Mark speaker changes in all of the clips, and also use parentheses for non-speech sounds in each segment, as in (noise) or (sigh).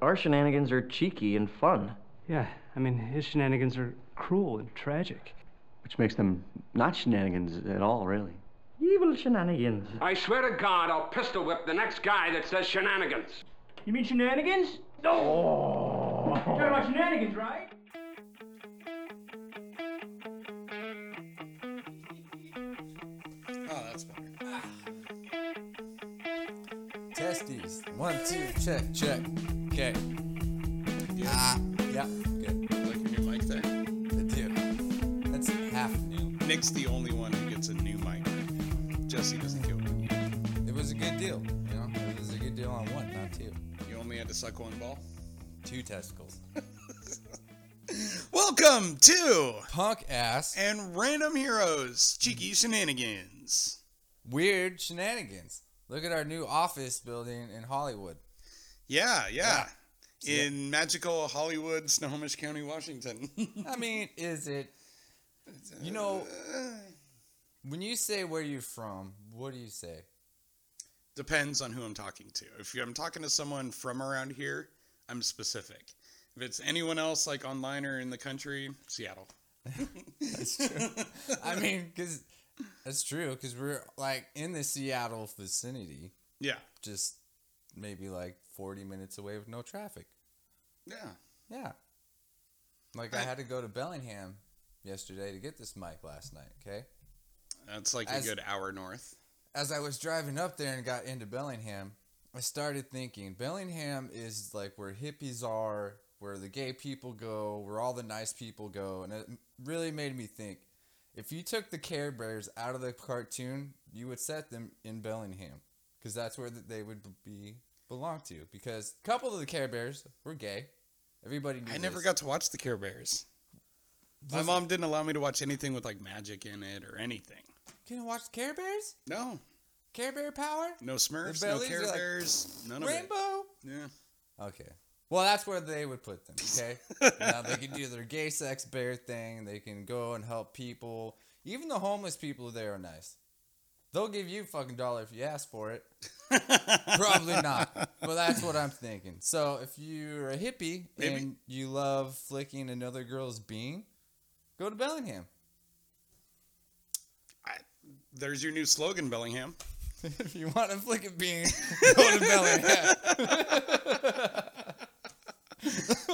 Speaker 1: Our shenanigans are cheeky and fun,
Speaker 2: Yeah, I mean, his shenanigans are cruel and tragic.
Speaker 1: which makes them not shenanigans at all, really. Evil shenanigans.
Speaker 3: I swear to God, I'll pistol whip the next guy that says shenanigans.
Speaker 2: You mean shenanigans? No! Talking about shenanigans, right?
Speaker 4: Oh, that's better. Test these. One, two, check, check. Okay. Ah, yeah, good.
Speaker 5: Like your new mic there.
Speaker 4: I do. That's half new.
Speaker 5: Nick's the only one who gets a new mic. right now. Jesse doesn't get one.
Speaker 4: It was a good deal. You know, it was a good deal on one, not two.
Speaker 5: You only had to suck one ball.
Speaker 4: Two testicles.
Speaker 5: Welcome to
Speaker 4: Punk ass.
Speaker 5: and Random Heroes Cheeky Shenanigans.
Speaker 4: Weird shenanigans. Look at our new office building in Hollywood.
Speaker 5: Yeah, yeah.
Speaker 4: Yeah.
Speaker 5: In magical Hollywood, Snohomish County, Washington. (laughs)
Speaker 4: I mean, is it? You know, when you say where you're from, what do you say?
Speaker 5: Depends on who I'm talking to. If I'm talking to someone from around here, I'm specific. If it's anyone else, like online or in the country, Seattle.
Speaker 4: That's true. (laughs) I mean, because that's true. Because we're like in the Seattle vicinity,
Speaker 5: Yeah,
Speaker 4: just maybe like 40 minutes away with no traffic.
Speaker 5: yeah.
Speaker 4: Yeah. Like I had to go to Bellingham yesterday to get this mic last night. Okay.
Speaker 5: That's like
Speaker 4: As-
Speaker 5: a good hour north.
Speaker 4: As I was driving up there and got into Bellingham, I started thinking Bellingham is like where hippies are, where the gay people go, where all the nice people go. And it really made me think if you took the Care Bears out of the cartoon, you would set them in Bellingham because that's where th- they would be belong to. Because a couple of the Care Bears were gay. Everybody knew
Speaker 5: I never
Speaker 4: this.
Speaker 5: got to watch the Care Bears. My mom didn't allow me to watch anything with like magic in it or anything.
Speaker 4: Can you watch Care Bears?
Speaker 5: No,
Speaker 4: Care Bear Power?
Speaker 5: no Smurfs, no
Speaker 4: bellies
Speaker 5: Care
Speaker 4: are like
Speaker 5: Bears, none of it.
Speaker 4: Rainbow?
Speaker 5: Yeah.
Speaker 4: Okay. Well, that's where they would put them,
Speaker 5: (laughs)
Speaker 4: okay? now they can do their gay sex bear thing. They can go and help people. Even the homeless people there are nice. They'll give you a fucking dollar if you ask
Speaker 5: (laughs)
Speaker 4: for it. Probably not. But that's what I'm thinking. So if you're a hippie
Speaker 5: Maybe.
Speaker 4: and you love flicking another girl's bean, go to Bellingham. (laughs)
Speaker 5: I, there's your new slogan,
Speaker 4: (laughs)
Speaker 5: Bellingham.
Speaker 4: if you want to flick a bean, go to
Speaker 5: (laughs)
Speaker 4: Bellingham.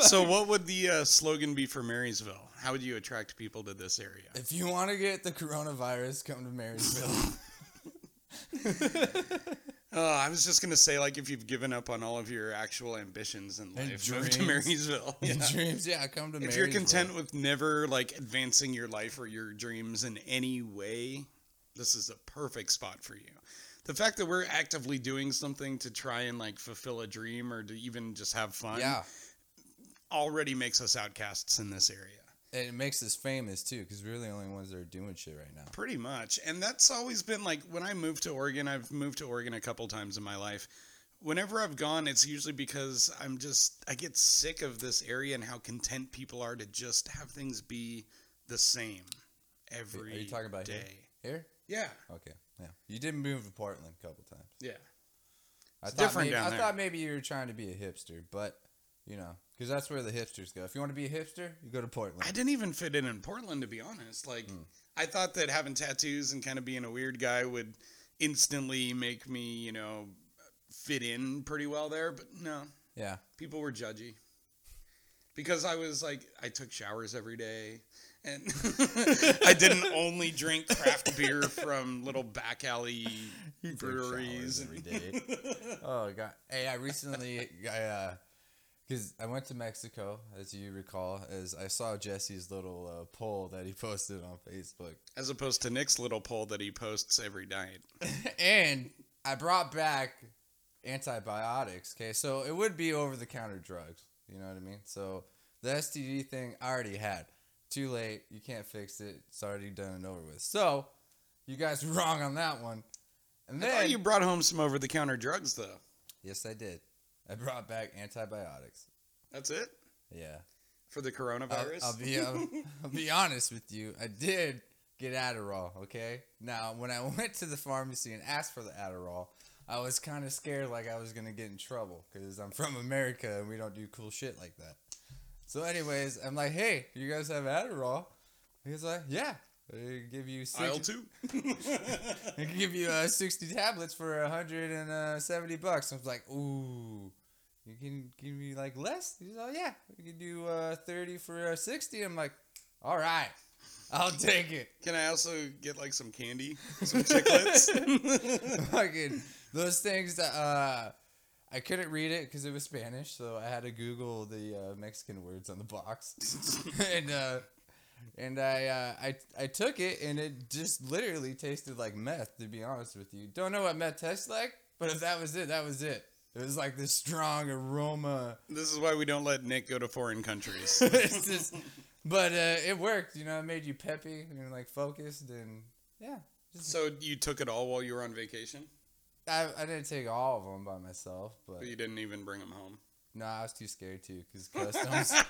Speaker 5: so, what would the uh, slogan be for Marysville? How would you attract people to this area?
Speaker 4: If you want to get the coronavirus, come to Marysville.
Speaker 5: Oh, I was just gonna say, like, if you've given up on all of your actual ambitions in
Speaker 4: And
Speaker 5: life, (laughs) move to
Speaker 4: dreams.
Speaker 5: Marysville.
Speaker 4: Your
Speaker 5: (laughs) Yeah.
Speaker 4: dreams, yeah, come to
Speaker 5: If
Speaker 4: Marysville.
Speaker 5: you're content with never like advancing your life or your dreams in any way, this is the perfect spot for you. The fact that we're actively doing something to try and like fulfill a dream or to even just have fun
Speaker 4: yeah,
Speaker 5: already makes us outcasts in this area.
Speaker 4: and it makes us famous too, because we're the only ones that are doing shit right now.
Speaker 5: Pretty much. And that's always been like when I moved to Oregon, I've moved to Oregon a couple times in my life. Whenever I've gone, it's usually because I'm just, I get sick of this area and how content people are to just have things be the same every
Speaker 4: Are you talking about
Speaker 5: day.
Speaker 4: here?
Speaker 5: Yeah.
Speaker 4: Here? Okay, yeah. You did move to Portland a couple times.
Speaker 5: Yeah.
Speaker 4: I
Speaker 5: It's
Speaker 4: thought
Speaker 5: different
Speaker 4: maybe,
Speaker 5: down
Speaker 4: I
Speaker 5: there.
Speaker 4: thought maybe you were trying to be a hipster, but you know, because that's where the hipsters go. If you want to be a hipster, you go to Portland.
Speaker 5: I didn't even fit in in Portland, to be honest. Like,
Speaker 4: Hmm.
Speaker 5: I thought that having tattoos and kind of being a weird guy would instantly make me, you know, fit in pretty well there, but no. (laughs)
Speaker 4: yeah,
Speaker 5: people were judgy because I was like I took showers every day and (laughs) I didn't only drink craft beer from little back alley breweries
Speaker 4: every
Speaker 5: and
Speaker 4: day.
Speaker 5: (laughs)
Speaker 4: oh god! Hey, I recently, (laughs) I, because I went to Mexico, as you recall, as I saw Jesse's little uh, poll that he (laughs) posted on Facebook,
Speaker 5: as opposed to Nick's little poll that he posts every night.
Speaker 4: and I brought back antibiotics. Okay, so it would be over the counter drugs. You know what I mean? So the STD thing I already had. Too late. You can't fix it. It's already done and over with. So you guys (laughs) were wrong on that one. And
Speaker 5: I thought
Speaker 4: then
Speaker 5: you brought home some over the counter drugs though.
Speaker 4: yes, I did. I brought back antibiotics.
Speaker 5: That's it
Speaker 4: Yeah.
Speaker 5: for the
Speaker 4: I'll-
Speaker 5: coronavirus.
Speaker 4: I'll, be I'll, I'll be honest with you. I (laughs) did get Adderall. Okay. Now, when I went to the pharmacy and asked for the Adderall, I was kind of scared like I was gonna get in trouble because I'm from America and we don't do cool shit like that. So, anyways, I'm like, hey, you guys have Adderall? He's like, yeah. They give you
Speaker 5: Aisle
Speaker 4: six,
Speaker 5: two. (laughs)
Speaker 4: they give you uh, sixty tablets for hundred and uh, seventy bucks. I was like, ooh, you can give me like less? He's like, yeah, we can do uh, thirty for uh, sixty. I'm like, all right, I'll take it.
Speaker 5: Can I also get like some candy, some chiclets?
Speaker 4: (laughs) fucking those things that uh, I couldn't read it because it was Spanish, so I had to Google the uh, Mexican words on the box, (laughs) and uh, and I, uh, I I took it and it just literally tasted like meth. To be honest with you, don't know what meth tastes like, but if that was it, that was it. It was like this strong aroma. (laughs)
Speaker 5: this is why we don't let Nick go to foreign countries.
Speaker 4: It's just- but uh, it worked. You know, it made you peppy and like focused, and yeah.
Speaker 5: so you took it all while you were on vacation,
Speaker 4: I, I didn't take all of them by myself, but
Speaker 5: but you didn't even bring them home.
Speaker 4: No, I was too scared too, cause customs,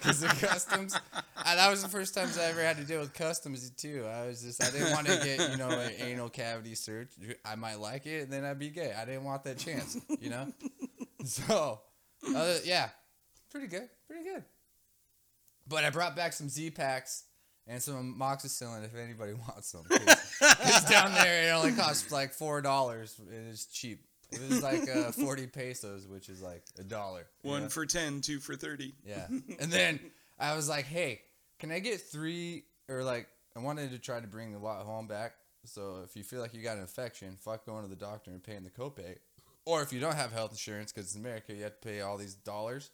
Speaker 4: cause the customs. I, that was the first times I ever had to deal with customs too. I was just, I didn't want to get, you know, an anal cavity search. I might like it, and then I'd be gay. I didn't want that chance, you know. (laughs) So, uh, yeah, pretty good, pretty good. But I brought back some Z packs and some amoxicillin if anybody (laughs) wants them. 'cause (laughs) It's down there. It only costs like four dollars. It is cheap. It was like uh, forty pesos, which is like a dollar. you
Speaker 5: One
Speaker 4: know?
Speaker 5: for ten, two for thirty.
Speaker 4: Yeah. And then I was like, hey, can I get three? Or like, I wanted to try to bring the lot home back. So if you feel like you got an infection, fuck going to the doctor and paying the copay. Or if you don't have health insurance, because it's America, you have to pay all these dollars.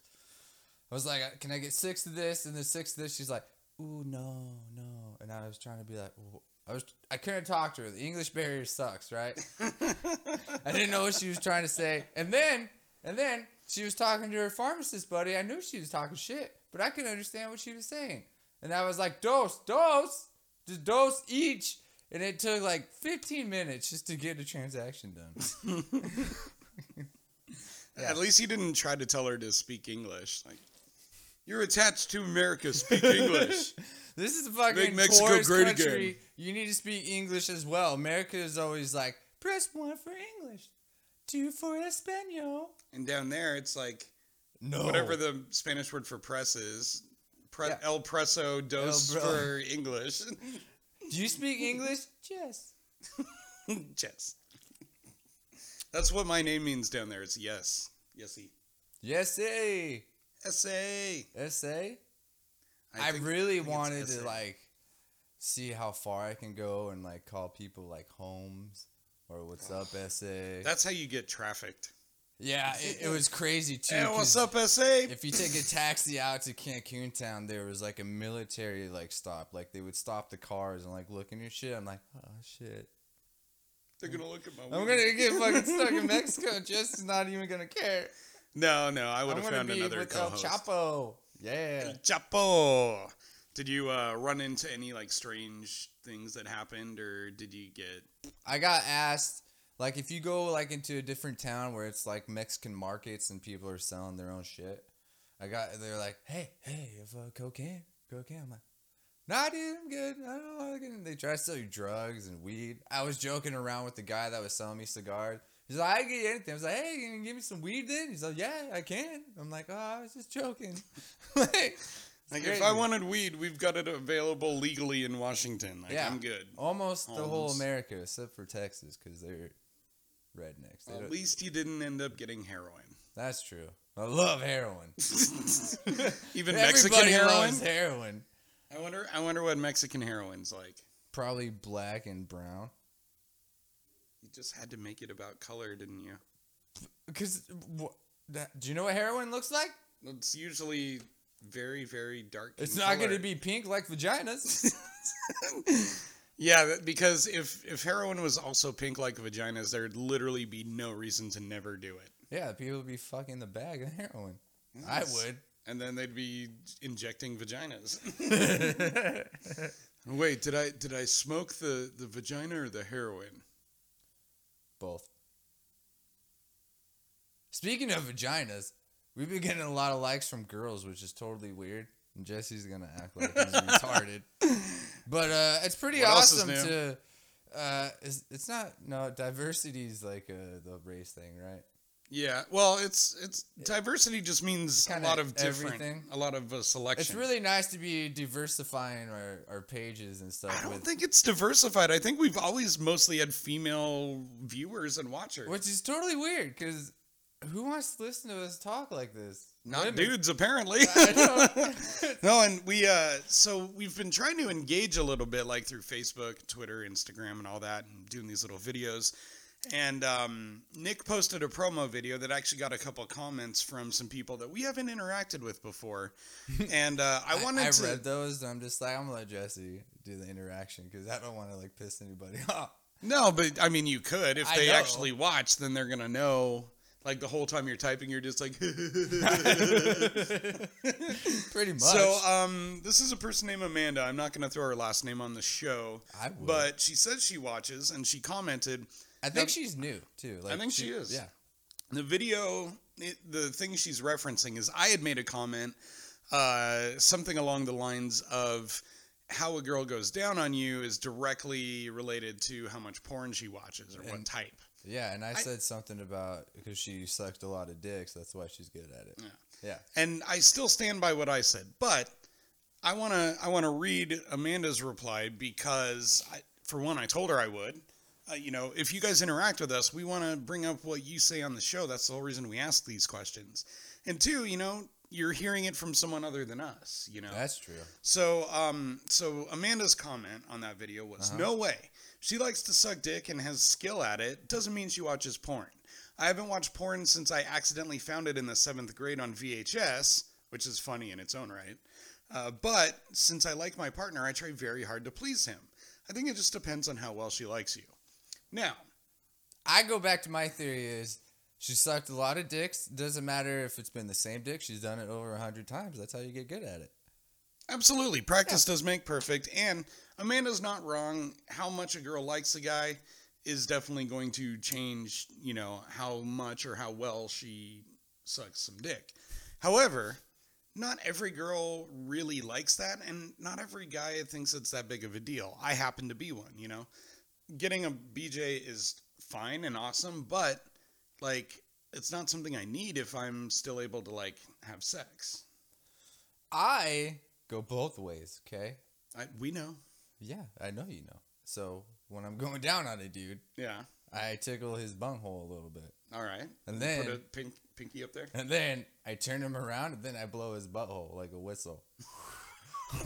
Speaker 4: I was like, can I get six of this and then six of this? She's like, ooh, no, no. And I was trying to be like, "Wh- I was, I couldn't talk to her. The English barrier sucks, right? I didn't know what she was trying to say. And then, and then she was talking to her pharmacist buddy. I knew she was talking shit, but I could understand what she was saying. And I was like, dose, dose, just dose each. And it took like 15 minutes just to get a transaction done. Yeah.
Speaker 5: At least you didn't try to tell her to speak English. Like, you're attached to America. Speak
Speaker 4: (laughs)
Speaker 5: English.
Speaker 4: This is a fucking
Speaker 5: Mexico
Speaker 4: tourist
Speaker 5: great
Speaker 4: country.
Speaker 5: again.
Speaker 4: You need to speak English as well. America is always like, press one for English, two for Espanol.
Speaker 5: and down there, it's like
Speaker 4: No.
Speaker 5: whatever the Spanish word for press is. Pre-
Speaker 4: Yeah.
Speaker 5: El preso dos
Speaker 4: El bro-
Speaker 5: for English. (laughs)
Speaker 4: Do you speak English? Yes.
Speaker 5: yes. That's what my name means down there. It's yes. Yesy.
Speaker 4: Yes, eh.
Speaker 5: Essay.
Speaker 4: Essay? I,
Speaker 5: think-
Speaker 4: really
Speaker 5: think it's
Speaker 4: wanted to
Speaker 5: essay.
Speaker 4: like see how far I can go and like call people like homes or what's
Speaker 5: (sighs)
Speaker 4: up, essay.
Speaker 5: That's how you get trafficked. (laughs)
Speaker 4: yeah, it, it was crazy too.
Speaker 5: Hey, what's
Speaker 4: 'cause-
Speaker 5: up, essay?
Speaker 4: if you take a taxi out to Cancun town, there was like a military like stop. Like they would stop the cars and like look in your shit. I'm like, oh shit.
Speaker 5: They're gonna look at my.
Speaker 4: I'm
Speaker 5: wiener.
Speaker 4: gonna get fucking stuck in Mexico. Just is not even gonna care.
Speaker 5: No, no. I would
Speaker 4: I'm
Speaker 5: have
Speaker 4: gonna
Speaker 5: found
Speaker 4: be
Speaker 5: another
Speaker 4: with El
Speaker 5: co-host.
Speaker 4: Chapo. Yeah.
Speaker 5: El Chapo. Did you uh, run into any like strange things that happened, or did you get?
Speaker 4: I got asked like if you go like into a different town where it's like Mexican markets and people are selling their own shit. I got they're like, hey, hey, if uh, cocaine, cocaine. I'm like, nah, dude, I'm good. I don't like it. And They try to sell you drugs and weed. I was joking around with the guy that was selling me cigars. He's like, I can get you anything. I was like, hey, can you give me some weed then? He's like, yeah, I can. I'm like, oh, I was just joking. (laughs) like,
Speaker 5: Like, if
Speaker 4: crazy.
Speaker 5: I wanted weed, we've got it available legally in Washington. Like,
Speaker 4: Yeah.
Speaker 5: I'm good.
Speaker 4: almost the whole
Speaker 5: Almost.
Speaker 4: America except for Texas because they're rednecks. They
Speaker 5: At
Speaker 4: don't-
Speaker 5: least you didn't end up getting heroin. (laughs)
Speaker 4: That's true. I love heroin.
Speaker 5: Even Mexican
Speaker 4: Everybody
Speaker 5: heroin.
Speaker 4: loves heroin.
Speaker 5: I wonder. I wonder what Mexican heroin's like.
Speaker 4: Probably black and brown.
Speaker 5: You just had to make it about color, didn't you?
Speaker 4: Because wh- that, do you know what heroin looks like?
Speaker 5: It's usually very, very dark.
Speaker 4: It's
Speaker 5: in
Speaker 4: not going
Speaker 5: color.
Speaker 4: to be pink like vaginas. (laughs)
Speaker 5: Yeah, that- because if if heroin was also pink like vaginas, there'd literally be no reason to never do it.
Speaker 4: yeah, people would be fucking the bag of heroin. I would.
Speaker 5: And then they'd be injecting vaginas. (laughs) Wait, did I did I smoke the the vagina or the heroin?
Speaker 4: Both. Speaking of vaginas, we've been getting a lot of likes from girls, which is totally weird.
Speaker 5: (laughs)
Speaker 4: And Jesse's gonna act like he's retarded. But uh, it's pretty
Speaker 5: What else is
Speaker 4: awesome
Speaker 5: new?
Speaker 4: to Uh, it's, it's not no diversity is like uh, the race thing, right?
Speaker 5: Yeah. Well, it's it's diversity just means a
Speaker 4: Kinda
Speaker 5: lot of different,
Speaker 4: everything.
Speaker 5: a lot of uh, selection.
Speaker 4: It's really nice to be diversifying our, our pages and stuff.
Speaker 5: I don't
Speaker 4: with,
Speaker 5: think it's diversified. I think we've always mostly had female viewers and watchers.
Speaker 4: which is totally weird because who wants to listen to us talk like this?
Speaker 5: Not
Speaker 4: Women.
Speaker 5: dudes, apparently.
Speaker 4: (laughs) I know.
Speaker 5: no, and we uh, so we've been trying to engage a little bit, like through Facebook, Twitter, Instagram, and all that, and doing these little videos. And um, Nick posted a promo video that actually got a couple comments from some people that we haven't interacted with
Speaker 4: (laughs)
Speaker 5: before. and uh, I wanted
Speaker 4: I,
Speaker 5: to.
Speaker 4: read those. And I'm just like I'm gonna let Jesse do the interaction because I don't want to like piss anybody (laughs) off.
Speaker 5: No, but I mean, you could. If
Speaker 4: I
Speaker 5: they
Speaker 4: know.
Speaker 5: actually watch, then they're gonna know. Like the whole time you're typing, you're just
Speaker 4: (laughs)
Speaker 5: like. (laughs)
Speaker 4: Pretty much.
Speaker 5: so, um, this is a person named Amanda. I'm not gonna throw her last name on the show.
Speaker 4: I would.
Speaker 5: But she says she watches, and she commented.
Speaker 4: I think she's new too. Like
Speaker 5: think she is.
Speaker 4: Yeah.
Speaker 5: the video it, the thing she's referencing is i had made a comment uh, something along the lines of how a girl goes down on you is directly related to how much porn she watches or what type
Speaker 4: Yeah, and I, said something about because she sucked a lot of dicks, that's why she's good at it. Yeah.
Speaker 5: and i still stand by what i said but i want to i want to read amanda's reply because I, for one i told her i would uh, you know if you guys interact with us we want to bring up what you say on the show that's the whole reason we ask these questions and two you know you're hearing it from someone other than us you know
Speaker 4: That's true.
Speaker 5: So, um, so Amanda's comment on that video was, "No way. She likes to suck dick and has skill at it. Doesn't mean she watches porn. I haven't watched porn since I accidentally found it in the seventh grade on VHS, which is funny in its own right. Uh, but since I like my partner, I try very hard to please him. I think it just depends on how well she likes you. Now,
Speaker 4: I go back to my theory is she sucked a lot of dicks. Doesn't matter if it's been the same dick, she's done it over a hundred times. That's how you get good at it.
Speaker 5: Absolutely. Practice does make perfect. And Amanda's not wrong. How much a girl likes a guy is definitely going to change, you know, how much or how well she sucks some dick. However, not every girl really likes that, and not every guy thinks it's that big of a deal. I happen to be one, you know. Getting a BJ is fine and awesome, but like, it's not something I need if I'm still able to like have sex.
Speaker 4: I go both ways, okay?
Speaker 5: I, we know.
Speaker 4: Yeah, I know you know. So when I'm (laughs) going down on a dude,
Speaker 5: Yeah.
Speaker 4: I tickle his bunghole a little bit.
Speaker 5: All right.
Speaker 4: And
Speaker 5: You
Speaker 4: then
Speaker 5: put a pink, pinky up there.
Speaker 4: and then I turn him around and then I blow his butthole like
Speaker 5: (laughs)
Speaker 4: a whistle. (laughs)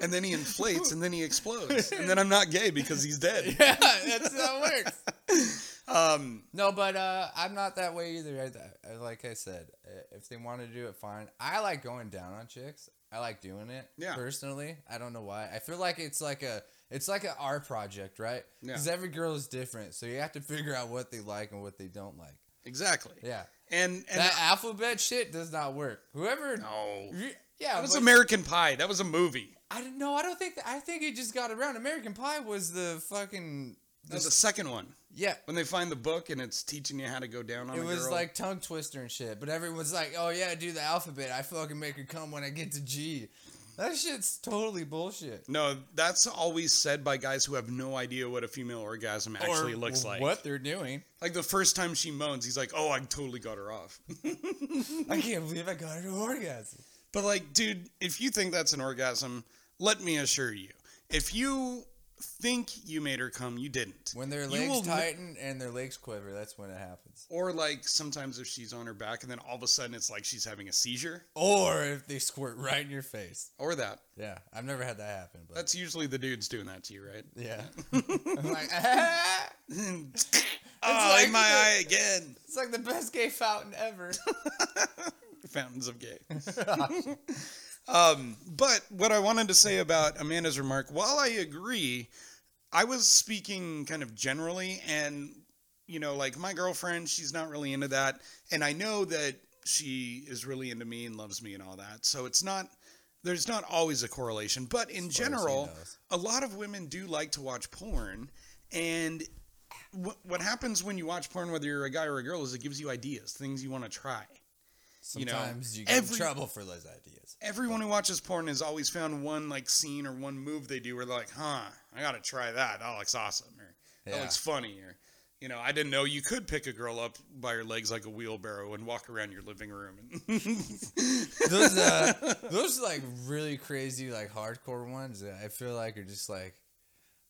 Speaker 5: And then he inflates and then he (laughs) explodes. And then I'm not gay because he's dead. (laughs)
Speaker 4: Yeah, that's how it works. Um, no, but uh, I'm not that way either. I, I, like I said, uh, if they want to do it, fine. I like going down on chicks. I like doing it.
Speaker 5: Yeah.
Speaker 4: Personally, I don't know why. I feel like it's like a it's like an art project, right?
Speaker 5: Yeah.
Speaker 4: Because every girl is different, so you have to figure out what they like and what they don't like.
Speaker 5: Exactly.
Speaker 4: Yeah.
Speaker 5: And and
Speaker 4: that alphabet shit does not work. Whoever.
Speaker 5: no.
Speaker 4: Re- Yeah.
Speaker 5: That was
Speaker 4: but-
Speaker 5: American Pie. That was a movie.
Speaker 4: I don't know. I don't think. That, I think it just got around. American Pie was the fucking.
Speaker 5: That was the second one.
Speaker 4: Yeah.
Speaker 5: When they find the book and it's teaching you how to go down on
Speaker 4: It
Speaker 5: a
Speaker 4: was
Speaker 5: girl.
Speaker 4: like tongue twister and shit, but everyone's like, "Oh yeah, do the alphabet. I fucking make her come when I get to G." That shit's totally bullshit.
Speaker 5: no, that's always said by guys who have no idea what a female orgasm actually
Speaker 4: Or
Speaker 5: looks like.
Speaker 4: what they're doing.
Speaker 5: Like the first time she moans, he's like, "Oh, I totally got her off." (laughs)
Speaker 4: I can't believe I got her to orgasm.
Speaker 5: But like, dude, if you think that's an orgasm, let me assure you, if you think you made her come, you didn't.
Speaker 4: When their
Speaker 5: You
Speaker 4: legs
Speaker 5: will-
Speaker 4: tighten and their legs quiver, that's when it happens.
Speaker 5: or like sometimes if she's on her back and then all of a sudden it's like she's having a seizure,
Speaker 4: Or if they squirt right in your face.
Speaker 5: or that.
Speaker 4: Yeah, I've never had that happen, but
Speaker 5: That's usually the dudes doing that to you, right?
Speaker 4: yeah. (laughs) I'm like, (laughs) "Ah!"
Speaker 5: oh,
Speaker 4: like
Speaker 5: in my
Speaker 4: the-
Speaker 5: eye again.
Speaker 4: it's like the best gay fountain ever.
Speaker 5: Fountains of gay. (laughs) um, but what I wanted to say about Amanda's remark, while I agree, I was speaking kind of generally, and you know, like my girlfriend, she's not really into that, and I know that she is really into me and loves me and all that. So it's not there's not always a correlation, but in general,
Speaker 4: knows.
Speaker 5: a lot of women do like to watch porn, and wh- what happens when you watch porn, whether you're a guy or a girl, is it gives you ideas, things you want to try you know,
Speaker 4: Sometimes you, get
Speaker 5: every-
Speaker 4: in trouble for those ideas.
Speaker 5: everyone who watches porn has always found one like scene or one move they do where they're like, huh, I gotta try that. That looks awesome or that
Speaker 4: Yeah.
Speaker 5: looks funny or you know, I didn't know you could pick a girl up by her legs like a wheelbarrow and walk around your living room. (laughs)
Speaker 4: Those, uh, (laughs) those like really crazy, like hardcore ones that I feel like are just like,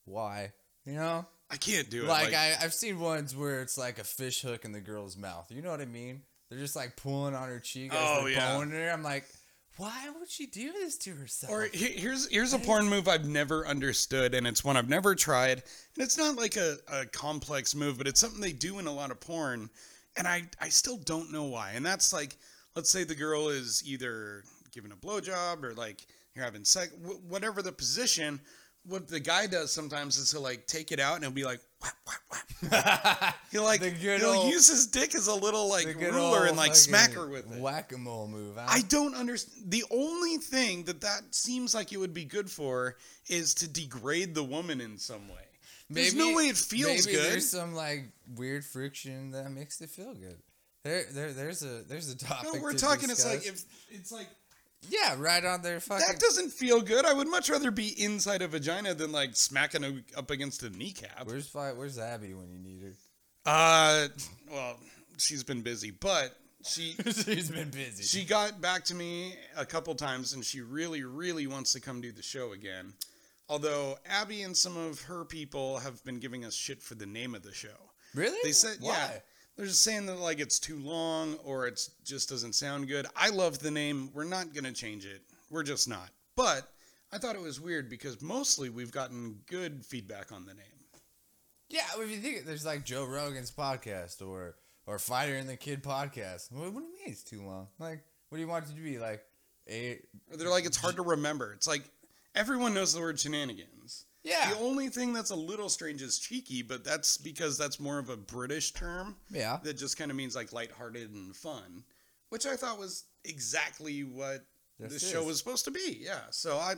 Speaker 4: why? You know,
Speaker 5: I can't do it.
Speaker 4: like, I, I've seen ones where it's like a fish hook in the girl's mouth. You know what I mean? They're just like pulling on her cheek as
Speaker 5: Oh,
Speaker 4: they're
Speaker 5: yeah.
Speaker 4: boning her. I'm like, why would she do this to herself?
Speaker 5: Or he- here's here's a porn move I've never understood, and it's one I've never tried, and it's not like a, a complex move, but it's something they do in a lot of porn, and I I still don't know why. And that's like, let's say the girl is either giving a blowjob or like you're having sex, wh- whatever the position. What the guy does sometimes is he'll like take it out and he'll be like, whap, whap, whap. (laughs) he'll like
Speaker 4: (laughs) The good
Speaker 5: he'll
Speaker 4: old-
Speaker 5: use his dick as a little like
Speaker 4: The good
Speaker 5: ruler
Speaker 4: old
Speaker 5: and like smack
Speaker 4: fucking
Speaker 5: her with it.
Speaker 4: Whack-a-mole move. huh?
Speaker 5: I don't understand. The only thing that that seems like it would be good for is to degrade the woman in some way. There's no way it feels
Speaker 4: maybe
Speaker 5: good.
Speaker 4: There's some like weird friction that makes it feel good. There, there, there's a there's a topic.
Speaker 5: No, we're
Speaker 4: to
Speaker 5: talking.
Speaker 4: Discuss.
Speaker 5: It's like if it's like
Speaker 4: yeah, right on their fucking.
Speaker 5: that doesn't feel good. I would much rather be inside a vagina than like smacking a, up against a kneecap.
Speaker 4: where's fi- where's Abby when you need
Speaker 5: (laughs)
Speaker 4: her? (laughs)
Speaker 5: Uh, well, she's been busy, but
Speaker 4: (laughs)
Speaker 5: she
Speaker 4: She's been busy.
Speaker 5: she got back to me a couple times and she really really wants to come do the show again although abby and some of her people have been giving us shit for the name of the show
Speaker 4: really?
Speaker 5: they said
Speaker 4: Why?
Speaker 5: yeah they're just saying that like it's too long or it just doesn't sound good i love the name we're not going to change it we're just not but i thought it was weird because mostly we've gotten good feedback on the name
Speaker 4: Yeah, well, if you think there's like Joe Rogan's podcast or or Fighter and the Kid podcast. What, what do you mean it's too long? Like, what do you want it to be like? A
Speaker 5: or they're like it's hard to remember it's like everyone knows the word shenanigans
Speaker 4: yeah,
Speaker 5: The only thing that's a little strange is cheeky, but that's because that's more of a British term
Speaker 4: yeah.
Speaker 5: that just kind of means like lighthearted and fun, which I thought was exactly what
Speaker 4: This
Speaker 5: this, show
Speaker 4: is.
Speaker 5: was supposed to be. Yeah. So I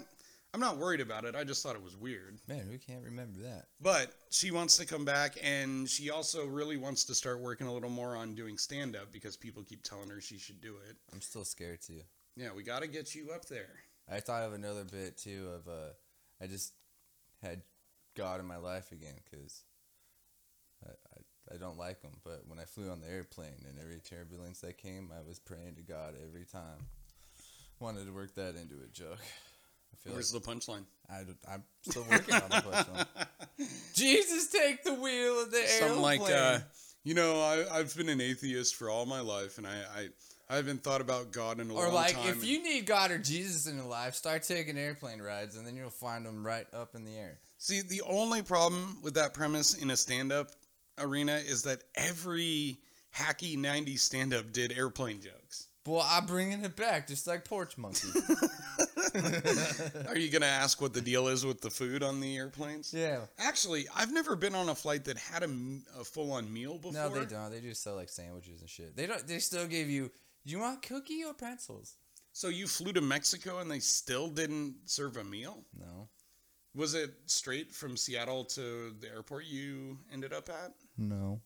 Speaker 5: I'm not worried about it. I just thought it was weird.
Speaker 4: Man, who can't remember that?
Speaker 5: But she wants to come back and she also really wants to start working a little more on doing stand up because people keep telling her she should do it.
Speaker 4: I'm still scared too.
Speaker 5: Yeah, we got to get you up there.
Speaker 4: I thought of another bit too of uh, I just had God in my life again because I, I I don't like him. But when I flew on the airplane and every turbulence that came, I was praying to God every time. Wanted to work that into a joke. I feel
Speaker 5: Where's
Speaker 4: like
Speaker 5: the punchline?
Speaker 4: I, am still working on the question.
Speaker 5: (laughs)
Speaker 4: Jesus, take the wheel of the
Speaker 5: Something
Speaker 4: airplane.
Speaker 5: like, uh, you know, I, I've been an atheist for all my life, and I, I, I haven't thought about God in a
Speaker 4: or
Speaker 5: long
Speaker 4: like,
Speaker 5: time.
Speaker 4: if you need God or Jesus in your life, start taking airplane rides, and then you'll find them right up in the air.
Speaker 5: See, the only problem with that premise in a stand-up arena is that every hacky '90s stand-up did airplane
Speaker 4: (laughs)
Speaker 5: jokes.
Speaker 4: Well, I'm bringing it back, just like Porch (laughs) Monkey.
Speaker 5: Are you gonna ask what the deal is with the food on the airplanes?
Speaker 4: yeah.
Speaker 5: Actually, I've never been on a flight that had a, m- a full-on meal before.
Speaker 4: No, they don't. They just sell like sandwiches and shit. They don't. They still give you. You want cookie or pretzels?
Speaker 5: So you flew to Mexico and they still didn't serve a meal?
Speaker 4: No.
Speaker 5: Was it straight from Seattle to the airport you ended up at?
Speaker 4: No.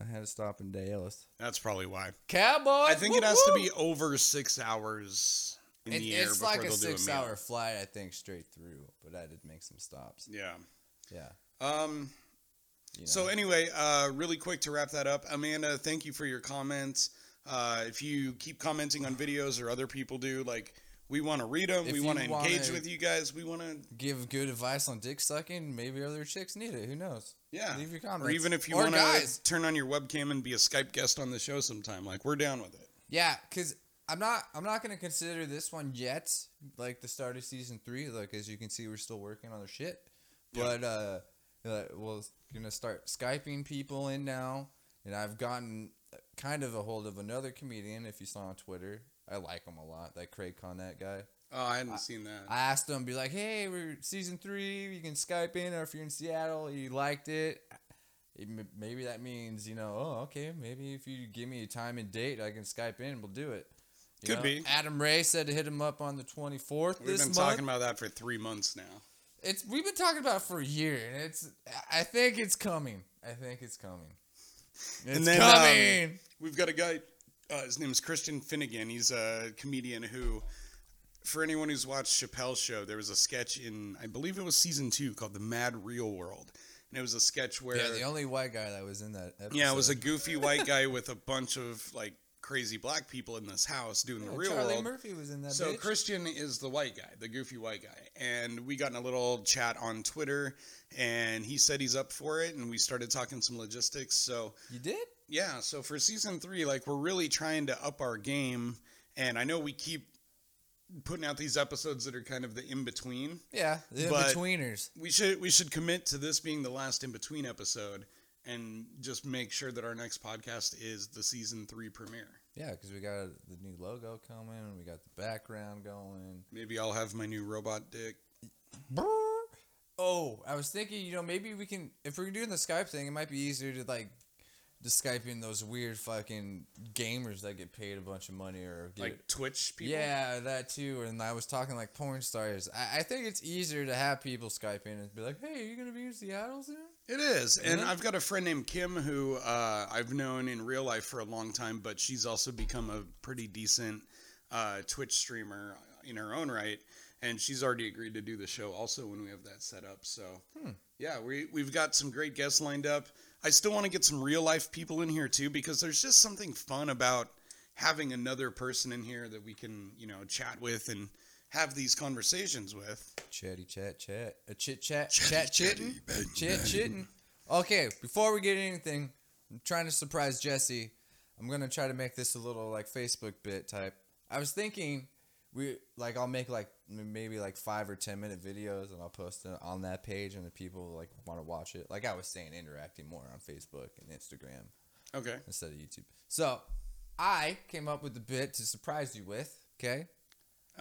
Speaker 4: I had to stop in Dallas.
Speaker 5: That's probably why.
Speaker 4: Cowboy.
Speaker 5: I think it has to be over six hours in the air
Speaker 4: it's
Speaker 5: before
Speaker 4: like a
Speaker 5: they'll do a meal.
Speaker 4: six-hour flight, I think, straight through. But I did make some stops.
Speaker 5: Yeah.
Speaker 4: Yeah.
Speaker 5: Um.
Speaker 4: You know.
Speaker 5: So anyway, uh, really quick to wrap that up, Amanda. Thank you for your comments. Uh, if you keep commenting on videos or other people do, like we want to read them.
Speaker 4: If
Speaker 5: we want to
Speaker 4: you
Speaker 5: engage
Speaker 4: wanna-
Speaker 5: with you guys. We want to.
Speaker 4: give good advice on dick sucking. Maybe other chicks need it. Who knows?
Speaker 5: Yeah.
Speaker 4: Leave your comments.
Speaker 5: Or even if you
Speaker 4: Or
Speaker 5: want
Speaker 4: guys.
Speaker 5: to turn on your webcam and be a Skype guest on the show sometime, like we're down with it.
Speaker 4: Yeah, cause I'm not I'm not gonna consider this one yet, like the start of season three. Like as you can see, we're still working on the shit.
Speaker 5: Yeah.
Speaker 4: But uh, uh, we're gonna start skyping people in now, and I've gotten kind of a hold of another comedian. If you saw on Twitter, I like him a lot. That Craig Connett guy.
Speaker 5: Oh, I hadn't seen that.
Speaker 4: I asked him, be like, hey, we're season three. You can Skype in, or if you're in Seattle, you liked it. It m- Maybe that means, you know, oh, okay, maybe if you give me a time and date, I can Skype in. We'll do it. You
Speaker 5: Could
Speaker 4: know?
Speaker 5: be.
Speaker 4: Adam Ray said to hit him up on the 24th
Speaker 5: We've
Speaker 4: this
Speaker 5: been
Speaker 4: month.
Speaker 5: talking about that for three months now.
Speaker 4: it's we've been talking about it for a year, and it's. I think it's coming. I think it's coming. It's
Speaker 5: then, um,
Speaker 4: coming.
Speaker 5: We've got a guy Uh, his name's Christian Finnegan. He's a comedian who, for anyone who's watched Chappelle's show, there was a sketch in, I believe it was season two, called The Mad Real World. And it was a sketch where.
Speaker 4: Yeah, the only white guy that was in that episode.
Speaker 5: Yeah, it was a goofy white guy with a bunch of like crazy black people in this house doing the
Speaker 4: Yeah,
Speaker 5: real
Speaker 4: Oh, Charlie
Speaker 5: world.
Speaker 4: Murphy was in that.
Speaker 5: So
Speaker 4: bitch.
Speaker 5: Christian is the white guy, the goofy white guy, and we got in a little chat on Twitter, and he said he's up for it, and we started talking some logistics. So
Speaker 4: you did?
Speaker 5: yeah, so for season three, like we're really trying to up our game, and I know we keep putting out these episodes that are kind of the in between.
Speaker 4: Yeah, the
Speaker 5: But-
Speaker 4: betweeners.
Speaker 5: We should we should commit to this being the last in between episode, and just make sure that our next podcast is the season three premiere.
Speaker 4: Yeah, because we got the new logo coming. We got the background going.
Speaker 5: Maybe I'll have my new robot dick.
Speaker 4: Oh, I was thinking, you know, maybe we can, if we're doing the Skype thing, it might be easier to like just Skype in those weird fucking gamers that get paid a bunch of money or get.
Speaker 5: Like Twitch people.
Speaker 4: yeah, that too. And I was talking like porn stars. I, I think it's easier to have people Skype in and be like, hey, are you going to be in Seattle soon?
Speaker 5: It is. And
Speaker 4: it?
Speaker 5: I've got a friend named Kim who uh, I've known in real life for a long time, but she's also become a pretty decent uh, Twitch streamer in her own right. And she's already agreed to do the show also when we have that set up. So, yeah, we, we've got some great guests lined up. I still want to get some real life people in here too, because there's just something fun about having another person in here that we can, you know, chat with and have these conversations with.
Speaker 4: Chatty chat chat. A Uh, chit chat. Chat chittin'. Chit chittin'. Okay, before we get anything, I'm trying to surprise Jesse. I'm gonna try to make this a little like Facebook bit type. I was thinking we like I'll make like m- maybe like five or ten minute videos and I'll post it on that page and if people like want to watch it. Like I was saying, interacting more on Facebook and Instagram
Speaker 5: Okay.
Speaker 4: instead of YouTube. So I came up with a bit to surprise you with. Okay.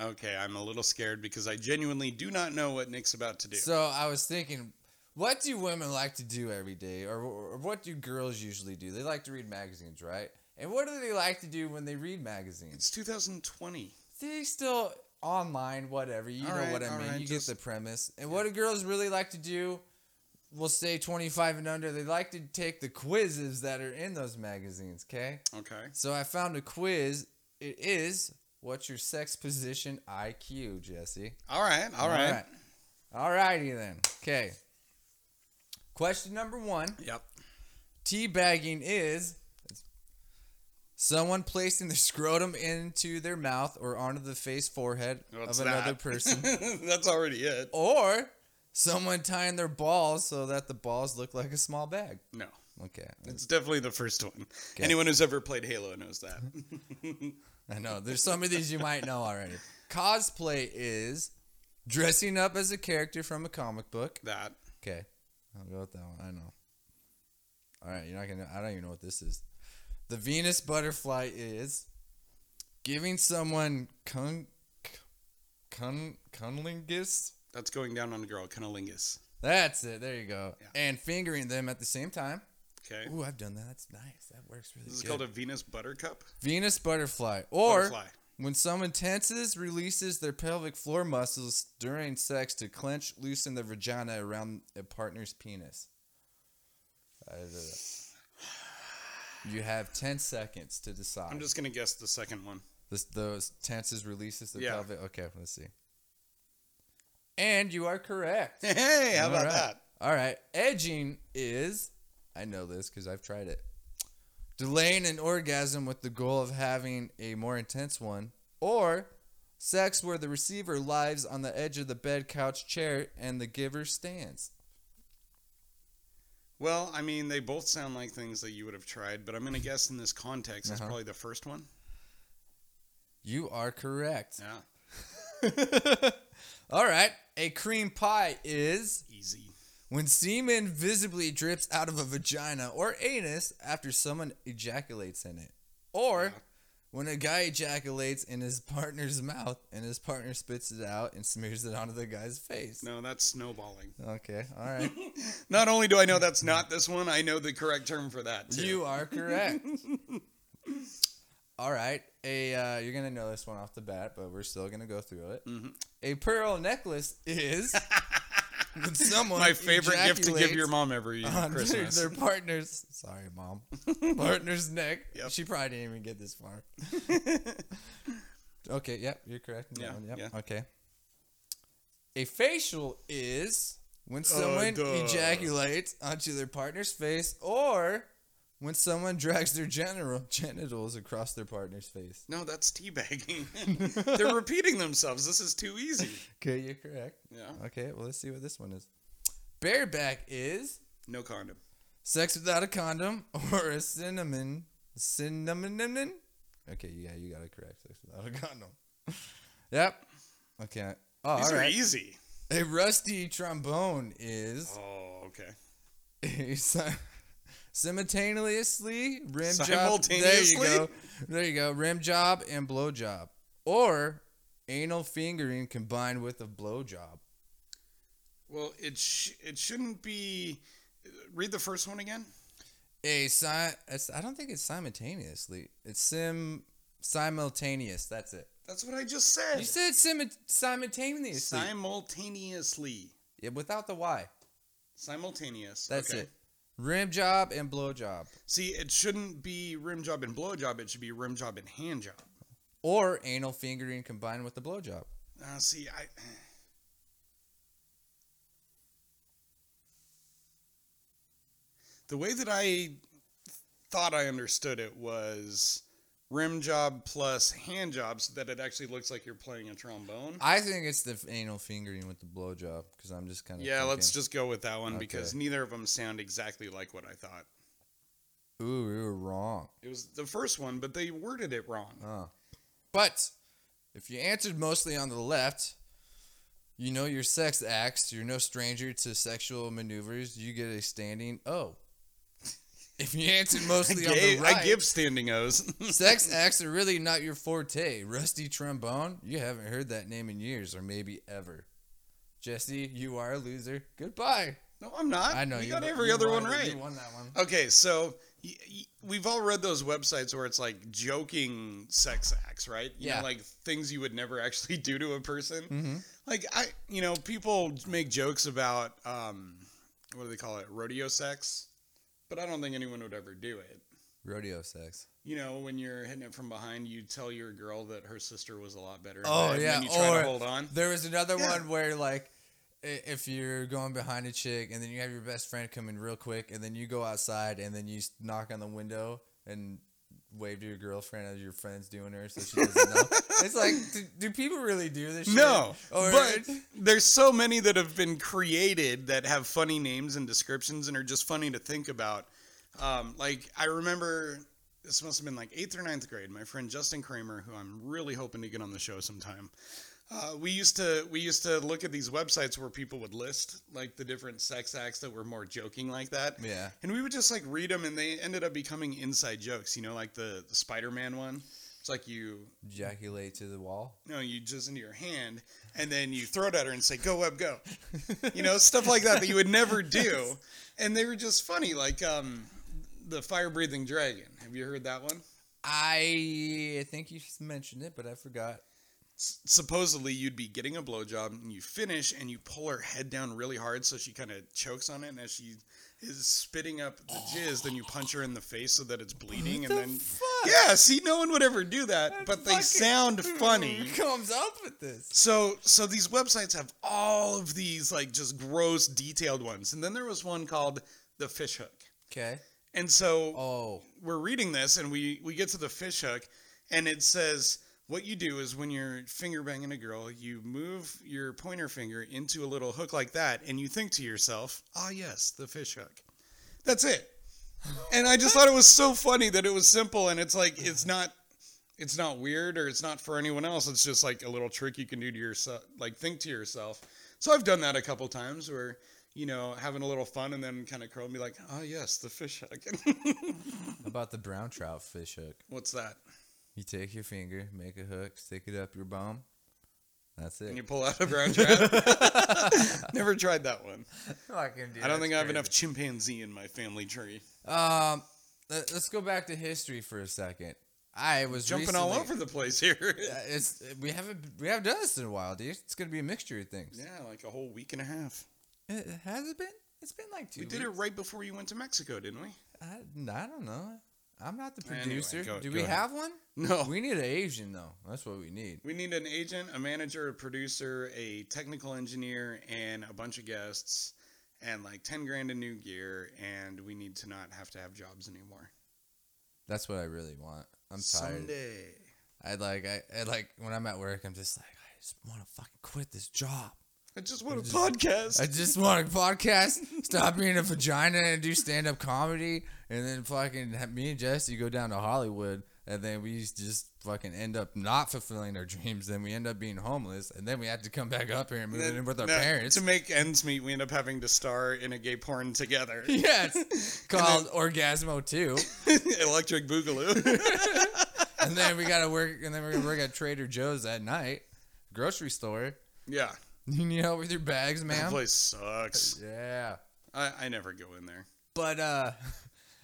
Speaker 5: Okay, I'm a little scared because I genuinely do not know what Nick's about to do.
Speaker 4: So I was thinking, what do women like to do every day, or, or what do girls usually do? They like to read magazines, right? And what do they like to do when they read magazines?
Speaker 5: it's 2020.
Speaker 4: They still online, whatever. You
Speaker 5: All
Speaker 4: know
Speaker 5: right,
Speaker 4: what I
Speaker 5: all
Speaker 4: mean.
Speaker 5: right,
Speaker 4: you
Speaker 5: just-
Speaker 4: get the premise. And what do girls really like to do? We'll say 25 and under. They like to take the quizzes that are in those magazines. Okay.
Speaker 5: Okay.
Speaker 4: So I found a quiz. It is what's your sex position IQ, Jesse?
Speaker 5: All right. All right.
Speaker 4: All righty then. Okay. Question number one
Speaker 5: Yep.
Speaker 4: Teabagging is someone placing the scrotum into their mouth or onto the face, forehead
Speaker 5: What's (laughs)
Speaker 4: of another
Speaker 5: that?
Speaker 4: person,
Speaker 5: That's already it.
Speaker 4: or someone tying their balls so that the balls look like a small bag.
Speaker 5: No,
Speaker 4: Okay.
Speaker 5: it's definitely the first one. Anyone who's ever played Halo knows that. (laughs)
Speaker 4: I know. There's some of these you might know already. Cosplay is dressing up as a character from a comic book.
Speaker 5: that.
Speaker 4: Okay. I'll go with that one. I know. All right, you're not gonna. I don't even know what this is. The Venus butterfly is giving someone cun cun cunlingus.
Speaker 5: That's going down on a girl, cunnilingus.
Speaker 4: That's it. There you go.
Speaker 5: Yeah.
Speaker 4: And fingering them at the same time.
Speaker 5: Okay.
Speaker 4: Ooh, I've done that. That's nice. That works really
Speaker 5: This is
Speaker 4: good.
Speaker 5: called a Venus buttercup.
Speaker 4: Venus butterfly. Or
Speaker 5: Butterfly.
Speaker 4: when someone tenses, releases their pelvic floor muscles during sex to clench, loosen the vagina around a partner's penis. I don't know. You have 10 seconds to decide.
Speaker 5: I'm just gonna guess the second one. (laughs)
Speaker 4: This, those tenses, releases the
Speaker 5: Yeah.
Speaker 4: pelvic. Okay, let's see. And you are correct.
Speaker 5: Hey, how about
Speaker 4: All right.
Speaker 5: that?
Speaker 4: All right. Edging is, I know this because I've tried it. Delaying an orgasm with the goal of having a more intense one, or sex where the receiver lies on the edge of the bed, couch, chair, and the giver stands.
Speaker 5: Well, I mean, they both sound like things that you would have tried, but I'm gonna guess in this context, it's
Speaker 4: Uh-huh.
Speaker 5: probably the first one.
Speaker 4: You are correct.
Speaker 5: Yeah.
Speaker 4: All right. A cream pie is
Speaker 5: Easy.
Speaker 4: when semen visibly drips out of a vagina or anus after someone ejaculates in it. Or.
Speaker 5: Yeah.
Speaker 4: When a guy ejaculates in his partner's mouth and his partner spits it out and smears it onto the guy's face.
Speaker 5: No, that's snowballing.
Speaker 4: Okay,
Speaker 5: (laughs)
Speaker 4: all right.
Speaker 5: Not only do I know that's not this one, I know the correct term for that too.
Speaker 4: you
Speaker 5: (laughs)
Speaker 4: are correct. all right, a uh, you're gonna know this one
Speaker 5: Mm-hmm. (laughs)
Speaker 4: off the bat, but we're still gonna go through it. A pearl necklace is when someone
Speaker 5: My favorite gift to give
Speaker 4: ejaculates
Speaker 5: your mom every
Speaker 4: on
Speaker 5: (laughs)
Speaker 4: their-
Speaker 5: Christmas.
Speaker 4: their partner's sorry
Speaker 5: (laughs)
Speaker 4: mom partner's neck.
Speaker 5: Yep.
Speaker 4: She probably didn't even get this
Speaker 5: (laughs)
Speaker 4: far. okay, yep, you're correct. in that
Speaker 5: Yeah,
Speaker 4: one, yep,
Speaker 5: yeah.
Speaker 4: Okay. A facial is when someone
Speaker 5: Oh, duh.
Speaker 4: ejaculates onto their partner's face or when someone drags their general genitals across their partner's face.
Speaker 5: no, that's teabagging.
Speaker 4: (laughs)
Speaker 5: They're repeating themselves. This is too easy.
Speaker 4: Okay, you're correct.
Speaker 5: Yeah.
Speaker 4: Okay, well, let's see what this one is. Bareback is
Speaker 5: No condom.
Speaker 4: sex without a condom or a cinnamon. Cinnamon? Okay, yeah, you got it correct. Sex without a condom. yep. Okay. Oh,
Speaker 5: These
Speaker 4: all
Speaker 5: are e-
Speaker 4: right.
Speaker 5: easy.
Speaker 4: A rusty trombone is
Speaker 5: Oh, okay.
Speaker 4: a si- simultaneously rim job. There you
Speaker 5: Simultaneously?
Speaker 4: go. There you go. Rim job and blow job. Or anal fingering combined with a blow job.
Speaker 5: Well, it sh- it shouldn't be. Read the first one again.
Speaker 4: a si- it's, I don't think it's simultaneously. It's sim simultaneous. That's it.
Speaker 5: That's what I just said.
Speaker 4: You said sim- simultaneously.
Speaker 5: simultaneously.
Speaker 4: yeah, without the Y.
Speaker 5: Simultaneous.
Speaker 4: That's
Speaker 5: okay.
Speaker 4: it. Rim job and blow job,
Speaker 5: See, it shouldn't be rim job and blow job. It should be rim job and hand job.
Speaker 4: or anal fingering combined with the blow job.
Speaker 5: Uh, see, I. The way that I thought I understood it was rim job plus hand job so that it actually looks like you're playing a trombone.
Speaker 4: I think it's the f- anal fingering with the blow job because I'm just kind of
Speaker 5: Yeah, let's just go with that one because
Speaker 4: Okay.
Speaker 5: neither of them sound exactly like what I thought.
Speaker 4: Ooh, we were wrong.
Speaker 5: It was the first one, but they worded it wrong.
Speaker 4: Oh. But if you answered mostly on the left, you know your sex acts, you're no stranger to sexual maneuvers, you get a standing O. If you answered
Speaker 5: (laughs) I,
Speaker 4: mostly on the
Speaker 5: gave, I
Speaker 4: right,
Speaker 5: give standing O's. (laughs)
Speaker 4: sex acts are really not your forte. Rusty trombone, you haven't heard that name in years or maybe ever. Jesse, you are a loser. Goodbye.
Speaker 5: no, I'm not.
Speaker 4: I know
Speaker 5: you,
Speaker 4: you
Speaker 5: got
Speaker 4: won-
Speaker 5: every
Speaker 4: you
Speaker 5: other
Speaker 4: won-
Speaker 5: one right.
Speaker 4: You won that one.
Speaker 5: Okay, so y- y- we've all read those websites where it's like joking sex acts, right? You
Speaker 4: Yeah. Mm-hmm.
Speaker 5: Know, like things you would never (laughs) actually do to a person. Like I, you know, people make jokes about um, what do they call it, rodeo sex? But I don't think anyone would ever do it.
Speaker 4: Rodeo sex.
Speaker 5: You know, when you're hitting it from behind, you tell your girl that her sister was a lot better. in
Speaker 4: Oh
Speaker 5: bed,
Speaker 4: yeah,
Speaker 5: and then you try
Speaker 4: or
Speaker 5: to hold on.
Speaker 4: There was another
Speaker 5: Yeah.
Speaker 4: one where like, i- if you're going behind a chick and then you have your best friend come in real quick, and then you go outside and then you s- knock on the window and wave to your girlfriend as your friend's doing her, so she doesn't
Speaker 5: (laughs)
Speaker 4: know. It's like, do, do people really do this?
Speaker 5: No,
Speaker 4: shit? Or-
Speaker 5: but there's so many that have been created that have funny names and descriptions and are just funny to think about. Um, like I remember this must have been like eighth or ninth grade. My friend Justin Kramer, who I'm really hoping to get on the show sometime. Uh, we used to we used to look at these websites where people would list like the different sex acts that were more joking like that.
Speaker 4: Yeah.
Speaker 5: And we would just like read them, and they ended up becoming inside jokes. You know, like the, the Spider Man one. It's like you
Speaker 4: ejaculate to the wall.
Speaker 5: no, you jizz into your hand, and then you throw it at her and say, "Go web, go," you know, stuff like that that you would never
Speaker 4: (laughs)
Speaker 5: do, and they were just funny, like um, the fire breathing dragon. Have you heard that one?
Speaker 4: I think you s- mentioned it, but I forgot.
Speaker 5: S- supposedly, you'd be getting a blowjob, and you finish, and you pull her head down really hard, so she kind of chokes on it, and as she is spitting up the jizz, then you punch her in the face so that it's bleeding, and
Speaker 4: The
Speaker 5: then
Speaker 4: fuck?
Speaker 5: yeah, see, no one would ever do that, but they
Speaker 4: fucking-
Speaker 5: sound funny.
Speaker 4: Who comes up with this?
Speaker 5: So so these websites have all of these like just gross detailed ones. And then there was one called the fish hook.
Speaker 4: Okay.
Speaker 5: And so
Speaker 4: Oh.
Speaker 5: we're reading this and we we get to the fish hook and it says what you do is when you're finger banging a girl, you move your pointer finger into a little hook like that and you think to yourself, "Ah yes, the fish hook." That's it. And I just thought it was so funny that it was simple and it's like it's not it's not weird or it's not for anyone else. It's just like a little trick you can do to yourself, like think to yourself. So I've done that a couple times where, you know, having a little fun and then kind of curl and be like, "Ah yes, the fish hook." (laughs)
Speaker 4: About the brown trout fish hook.
Speaker 5: What's that?
Speaker 4: You take your finger, make a hook, stick it up your bum. That's
Speaker 5: Can you
Speaker 4: it.
Speaker 5: pull out a brown trout? (laughs) Never tried that one. I don't think I have enough chimpanzee in my family tree.
Speaker 4: Um, let, us go back to history for a second. I was
Speaker 5: Jumping all over
Speaker 4: recently-
Speaker 5: the place
Speaker 4: (laughs)
Speaker 5: here.
Speaker 4: Uh, It's we haven't we haven't done this in a while, dude. It's gonna be a mixture of things.
Speaker 5: yeah, like a whole week and a half.
Speaker 4: It, has it been? It's been like two.
Speaker 5: We did it
Speaker 4: weeks.
Speaker 5: right before you went to Mexico, didn't we?
Speaker 4: I, I don't know. I'm not the
Speaker 5: Anyway,
Speaker 4: producer.
Speaker 5: go-
Speaker 4: Do
Speaker 5: go
Speaker 4: we
Speaker 5: ahead. Oh.
Speaker 4: have
Speaker 5: (laughs)
Speaker 4: one?
Speaker 5: No.
Speaker 4: We need an Asian though. That's what we need.
Speaker 5: We need an agent, a manager, a producer, a technical engineer, and a bunch of guests, and like 10 grand in new gear, and we need to not have to have jobs anymore.
Speaker 4: That's what I really want. I'm tired.
Speaker 5: Someday.
Speaker 4: I like I, I like when I'm at work. I'm just like I just want to fucking quit this job.
Speaker 5: I just want a
Speaker 4: just-
Speaker 5: podcast.
Speaker 4: I just want a
Speaker 5: (laughs)
Speaker 4: podcast. Stop being a vagina and do stand up comedy, and then fucking ha- me and Jesse go down to Hollywood, and then we just fucking end up not fulfilling our dreams. Then we end up being homeless, and then we have to come back up here and move in with our
Speaker 5: No,
Speaker 4: parents.
Speaker 5: To make ends meet, we end up having to star in a gay porn
Speaker 4: (laughs)
Speaker 5: together.
Speaker 4: (laughs)
Speaker 5: (laughs)
Speaker 4: yes, called Orgasmo Two,
Speaker 5: Electric Boogaloo. (laughs)
Speaker 4: and then we gotta work, and then we're gonna work at Trader Joe's at night, grocery store.
Speaker 5: yeah.
Speaker 4: You need help with your bags,
Speaker 5: That
Speaker 4: ma'am.
Speaker 5: place sucks.
Speaker 4: Yeah,
Speaker 5: I, I never go in there.
Speaker 4: but uh,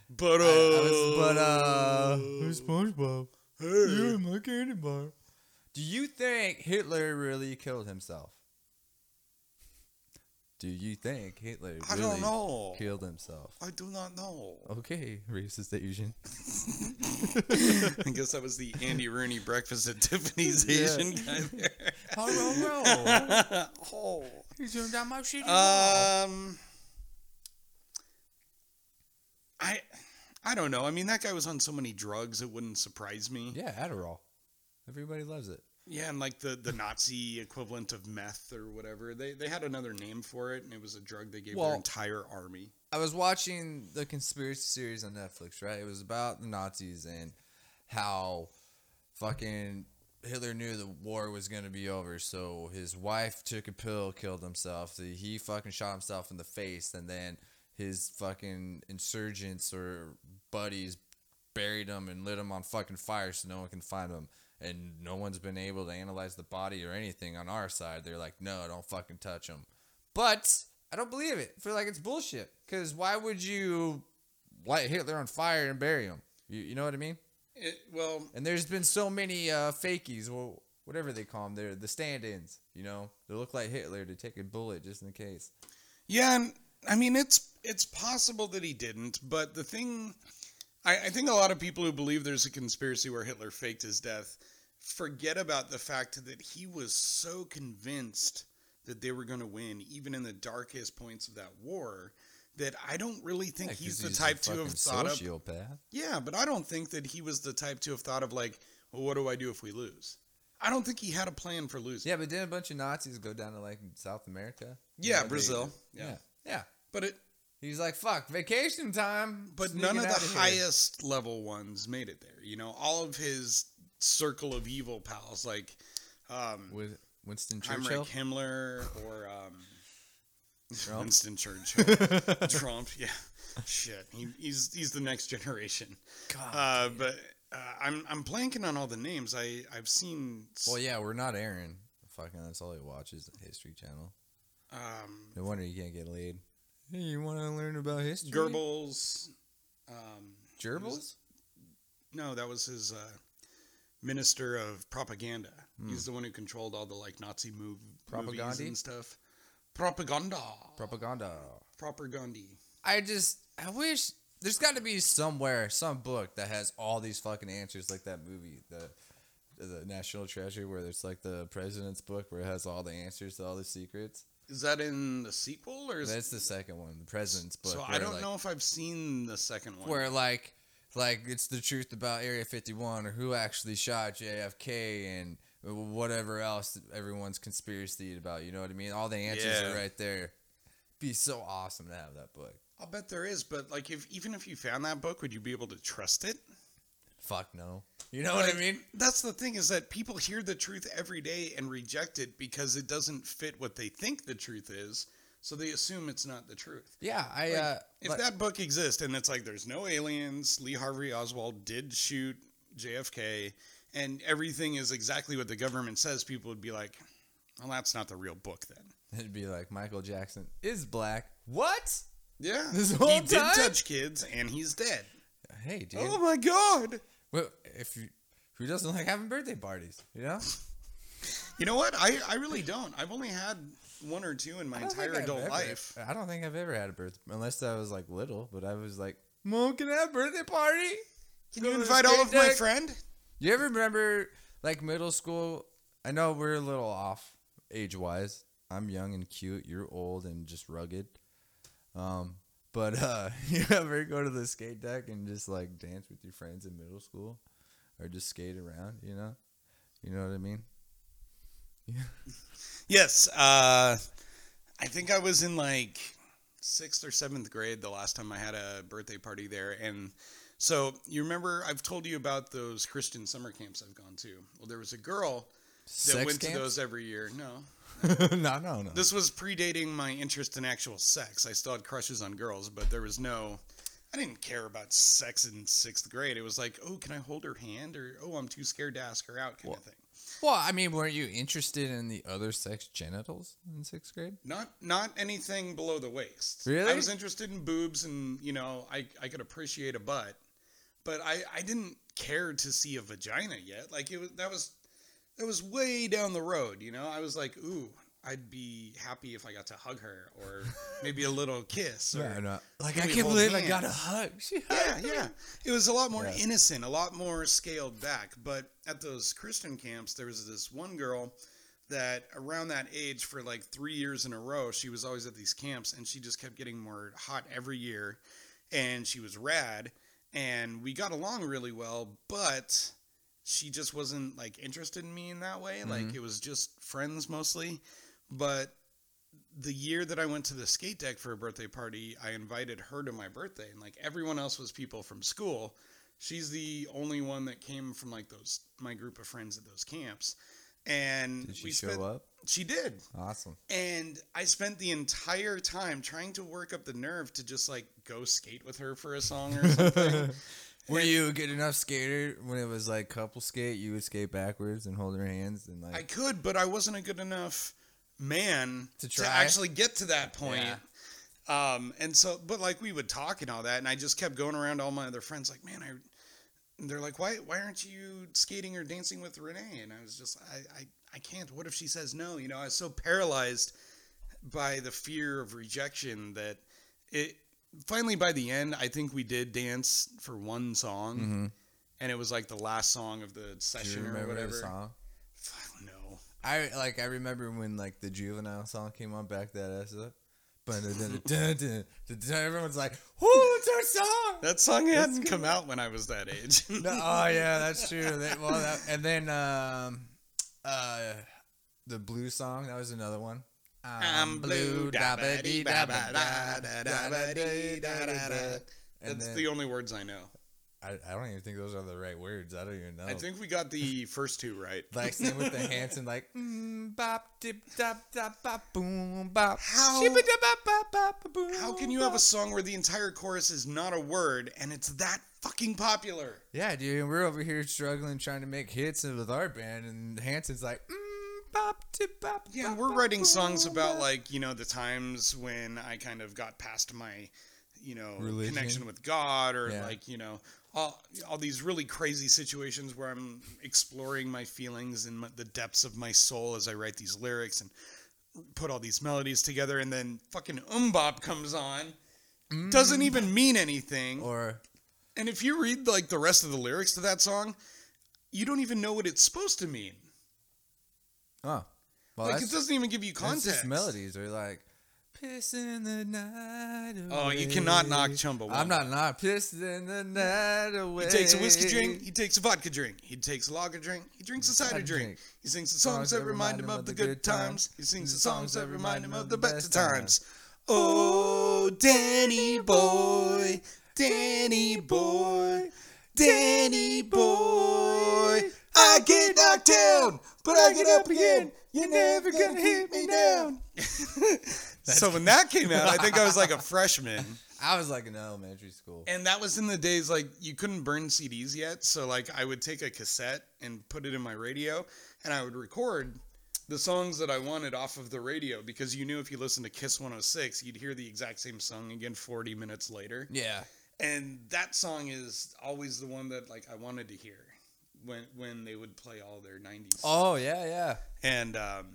Speaker 5: But, uh,
Speaker 4: I was- but uh, who's SpongeBob?
Speaker 5: uh, hey.
Speaker 4: my candy bar. Do you think Hitler really killed himself? Do you think Hitler
Speaker 5: I
Speaker 4: really
Speaker 5: don't know.
Speaker 4: killed himself?
Speaker 5: I do not
Speaker 4: (laughs)
Speaker 5: know. (laughs)
Speaker 4: Okay, racist Asian.
Speaker 5: I guess that was the Andy Rooney breakfast at Tiffany's
Speaker 4: Yeah.
Speaker 5: Asian guy there.
Speaker 4: (laughs) Hello,
Speaker 5: (laughs) oh.
Speaker 4: you turned down my shitty
Speaker 5: Um. I, I don't know. I mean, that guy was on so many drugs, it wouldn't surprise me.
Speaker 4: Yeah, Adderall. Everybody loves it.
Speaker 5: Yeah, and like the, the Nazi equivalent of meth or whatever. They they had another name for it, and it was a drug they gave
Speaker 4: Well-
Speaker 5: their entire army.
Speaker 4: I was watching the conspiracy series on Netflix, right? It was about the Nazis and how fucking Hitler knew the war was going to be over, so his wife took a pill, killed himself. the- He fucking shot himself in the face, and then his fucking insurgents or buddies buried him and lit him on fucking fire so no one can find him. And no one's been able to analyze the body or anything on our side. They're like, no, don't fucking touch him. But I don't believe it. I feel like it's bullshit. Because why would you light Hitler on fire and bury him? You, you know what I mean?
Speaker 5: It, well,
Speaker 4: And there's been so many uh, fakies, well, whatever they call them, they're the stand-ins. You know, they look like Hitler to take a bullet just in case.
Speaker 5: Yeah, and I mean it's it's possible that he didn't, but the thing I, I think a lot of people who believe there's a conspiracy where Hitler faked his death forget about the fact that he was so convinced that they were going to win, even in the darkest points of that war, that I don't really think he's the type to have thought of.
Speaker 4: sociopath.
Speaker 5: Yeah, but I don't think that he was the type to have thought of like, well, what do I do if we lose? I don't think he had a plan for losing.
Speaker 4: Yeah, but didn't a bunch of Nazis go down to like South America?
Speaker 5: Yeah,
Speaker 4: they-
Speaker 5: Brazil.
Speaker 4: Yeah. yeah,
Speaker 5: yeah, but it.
Speaker 4: He's like, fuck, vacation time.
Speaker 5: But
Speaker 4: Sneaking
Speaker 5: none of
Speaker 4: outta
Speaker 5: the
Speaker 4: here.
Speaker 5: highest level ones made it there. You know, all of his circle of evil pals, like um,
Speaker 4: With Winston Churchill.
Speaker 5: Heinrich Himmler or um,
Speaker 4: Trump?
Speaker 5: Winston
Speaker 4: (laughs)
Speaker 5: Churchill, Trump. Yeah, shit, he, he's he's the next
Speaker 4: (laughs)
Speaker 5: generation.
Speaker 4: Oh,
Speaker 5: Uh, but uh, I'm I'm blanking on all the names. I I've seen. s-
Speaker 4: Well, yeah, we're not Aaron. Fucking, that's all he watches. the History Channel.
Speaker 5: Um,
Speaker 4: No wonder you can't get laid. Hey, you want to learn about history?
Speaker 5: Goebbels. Um,
Speaker 4: Gerbils?
Speaker 5: No, that was his uh, minister of propaganda.
Speaker 4: Hmm.
Speaker 5: He's the one who controlled all the like Nazi move movies
Speaker 4: Propagandhi?
Speaker 5: and stuff. Propaganda.
Speaker 4: Propaganda.
Speaker 5: propaganda.
Speaker 4: I just, I wish there's got to be somewhere, some book that has all these fucking answers, like that movie, the the National Treasure, where it's like the president's book, where it has all the answers to all the secrets.
Speaker 5: Is that in the sequel or is
Speaker 4: That's the second one, the president's book.
Speaker 5: so? I
Speaker 4: where,
Speaker 5: don't
Speaker 4: like-
Speaker 5: know if I've seen the second one.
Speaker 4: where like like it's the truth about Area 51 or who actually shot JFK and whatever else everyone's conspiracy about. You know what I mean? All the answers
Speaker 5: Yeah.
Speaker 4: are right there. Be so awesome to have that book.
Speaker 5: I'll bet there is, but like if even if you found that book, would you be able to trust it?
Speaker 4: Fuck no. You know what I
Speaker 5: Like,
Speaker 4: mean?
Speaker 5: That's the thing is that people hear the truth every day and reject it because it doesn't fit what they think the truth is, so they assume it's not the truth.
Speaker 4: Yeah, I
Speaker 5: Like,
Speaker 4: uh
Speaker 5: if
Speaker 4: like-
Speaker 5: that book exists and it's like there's no aliens, Lee Harvey Oswald did shoot JFK, and everything is exactly what the government says, people would be like, "Well, that's not the real book then."
Speaker 4: it'd be like Michael Jackson is black. What?
Speaker 5: Yeah,
Speaker 4: This whole
Speaker 5: he did
Speaker 4: time?
Speaker 5: touch kids, and he's dead.
Speaker 4: Hey, dude.
Speaker 5: Oh my god!
Speaker 4: Well, if you who doesn't like having birthday parties, you know?
Speaker 5: You know what? I, I really don't. I've only had one or two in my
Speaker 4: I don't
Speaker 5: entire
Speaker 4: think I've
Speaker 5: adult
Speaker 4: ever-
Speaker 5: life.
Speaker 4: I don't think I've ever had a birthday unless I was like little, but I was like, Mom, can I have a birthday party?
Speaker 5: Can
Speaker 4: Go
Speaker 5: you
Speaker 4: to the
Speaker 5: invite all
Speaker 4: skate
Speaker 5: of my
Speaker 4: deck.
Speaker 5: friend?
Speaker 4: Do you ever remember like middle school? I know we're a little off age wise. I'm young and cute, you're old and just rugged. Um but uh (laughs) you ever go to the skate deck and just like dance with your friends in middle school or just skate around, you know? You know what I mean?
Speaker 5: Yes. Uh, I think I was in like sixth or seventh grade the last time I had a birthday party there. And so you remember I've told you about those Christian summer camps I've gone to. Well, there was a girl that
Speaker 4: Sex
Speaker 5: went to
Speaker 4: camps?
Speaker 5: those every year. No.
Speaker 4: (laughs)
Speaker 5: (laughs)
Speaker 4: no, no, no.
Speaker 5: This was predating my interest in actual sex. I still had crushes on girls, but there was no. I didn't care about sex in sixth grade. It was like, oh, can I hold her hand? Or, oh, I'm too scared to ask her out, kind of thing.
Speaker 4: Well, I mean, weren't you interested in the other sex genitals in sixth grade?
Speaker 5: Not not anything below the waist.
Speaker 4: Really?
Speaker 5: I was interested in boobs and, you know, I, I could appreciate a butt, but I, I didn't care to see a vagina yet. Like it was that was that was way down the road, you know? I was like, ooh, I'd be happy if I got to hug her or maybe a little kiss
Speaker 4: (laughs)
Speaker 5: or
Speaker 4: Like,
Speaker 5: Can
Speaker 4: I
Speaker 5: we
Speaker 4: can't
Speaker 5: hold
Speaker 4: believe I got a
Speaker 5: hands?
Speaker 4: hug. She
Speaker 5: yeah,
Speaker 4: hugged me.
Speaker 5: yeah. It was a lot more
Speaker 4: Yeah.
Speaker 5: innocent, a lot more scaled back. But at those Christian camps, there was this one girl that around that age for like three years in a row, she was always at these camps and she just kept getting more hot every year. And she was rad. And we got along really well, but she just wasn't like interested in me in that way.
Speaker 4: Mm-hmm.
Speaker 5: Like it was just friends mostly. But the year that I went to the skate deck for a birthday party, I invited her to my birthday, and like everyone else was people from school. She's the only one that came from like those my group of friends at those camps. And
Speaker 4: Did she
Speaker 5: we
Speaker 4: show
Speaker 5: spent,
Speaker 4: up?
Speaker 5: She did.
Speaker 4: Awesome.
Speaker 5: And I spent the entire time trying to work up the nerve to just like go skate with her for a song
Speaker 4: (laughs)
Speaker 5: or something.
Speaker 4: Were you a good enough skater when it was like couple skate? You would skate backwards and hold her hands and like.
Speaker 5: I could, but I wasn't a good enough man
Speaker 4: To
Speaker 5: to,
Speaker 4: try?
Speaker 5: actually get to that point. Um, and so, but like we would talk and all that, and I just kept going around to all my other friends, like, man, I. and they're like, why, why aren't you skating or dancing with Renee? And I was just, I, I, I can't. What if she says no? You know, I was so paralyzed by the fear of rejection that it. Finally, by the end, I think we did dance for one song, and it was like the last song of the
Speaker 4: Mm-hmm. Do you
Speaker 5: session or
Speaker 4: remember
Speaker 5: whatever.
Speaker 4: the song?
Speaker 5: Fuck no.
Speaker 4: I like. I remember when like the juvenile song came on, back that ass up.
Speaker 5: (laughs)
Speaker 4: Dun-dun-dun-dun-dun. Everyone's like, "Whoo, it's our song!"
Speaker 5: That song hadn't come out when I was that age.
Speaker 4: (laughs) No, oh yeah, that's true. They- well, that, and then um, uh, the blue song that was another one. Um,
Speaker 5: I'm blue. da ba dee da ba da da da ba dee da da da.
Speaker 4: And
Speaker 5: That's
Speaker 4: then,
Speaker 5: the only words I know.
Speaker 4: I, I don't even think those are the right words. I don't even know.
Speaker 5: I think we got the first two right.
Speaker 4: Oh. (laughs) like same with the Hanson,
Speaker 5: (laughs)
Speaker 4: like mm, bop dip dop dop bop boom bop.
Speaker 5: How-
Speaker 4: Shibba-da-bop-bop-bop-boom,
Speaker 5: How can you have a
Speaker 4: bop.
Speaker 5: song where the entire chorus is not a word and it's that fucking popular?
Speaker 4: Yeah, dude, and we're over here struggling trying to make hits with our band, and Hanson's like mm, bop dip bop.
Speaker 5: Yeah,
Speaker 4: bop,
Speaker 5: we're
Speaker 4: bop,
Speaker 5: writing songs
Speaker 4: boom,
Speaker 5: about
Speaker 4: bop.
Speaker 5: like, you know, the times when I kind of got past my, you know,
Speaker 4: Religion.
Speaker 5: connection with God or
Speaker 4: Yeah.
Speaker 5: like, you know, all, all these really crazy situations where I'm exploring my feelings and my, the depths of my soul as I write these lyrics and put all these melodies together and then fucking umbop comes on. Doesn't even mean anything.
Speaker 4: Mm. or
Speaker 5: And if you read like the rest of the lyrics to that song, you don't even know what it's supposed to mean.
Speaker 4: oh, well,
Speaker 5: Like it
Speaker 4: that's-
Speaker 5: doesn't even give you
Speaker 4: that's
Speaker 5: context.
Speaker 4: just melodies are like piss in the night.
Speaker 5: Oh, you cannot knock
Speaker 4: away."
Speaker 5: Chumbawamba.
Speaker 4: I'm not not pissed in the night away.
Speaker 5: He takes a whiskey drink. He takes a vodka drink. He takes a lager drink. He drinks a cider
Speaker 4: Cider
Speaker 5: drink.
Speaker 4: drink.
Speaker 5: He sings the songs that remind him of the good times. He sings the songs that remind him of the better
Speaker 4: best
Speaker 5: times. Oh, Danny boy, Danny boy, Danny boy. I get knocked down, but I get up again. You're never gonna hit me down. so when that came out, I think I was like a freshman.
Speaker 4: I was like in elementary school.
Speaker 5: And that was in the days like you couldn't burn CDs yet, so like I would take a cassette and put it in my radio, and I would record the songs that I wanted off of the radio because you knew if you listened to Kiss 106, you'd hear the exact same song again 40 minutes later.
Speaker 4: Yeah.
Speaker 5: And that song is always the one that like I wanted to hear when when they would play all their '90s.
Speaker 4: Oh yeah, yeah.
Speaker 5: And um,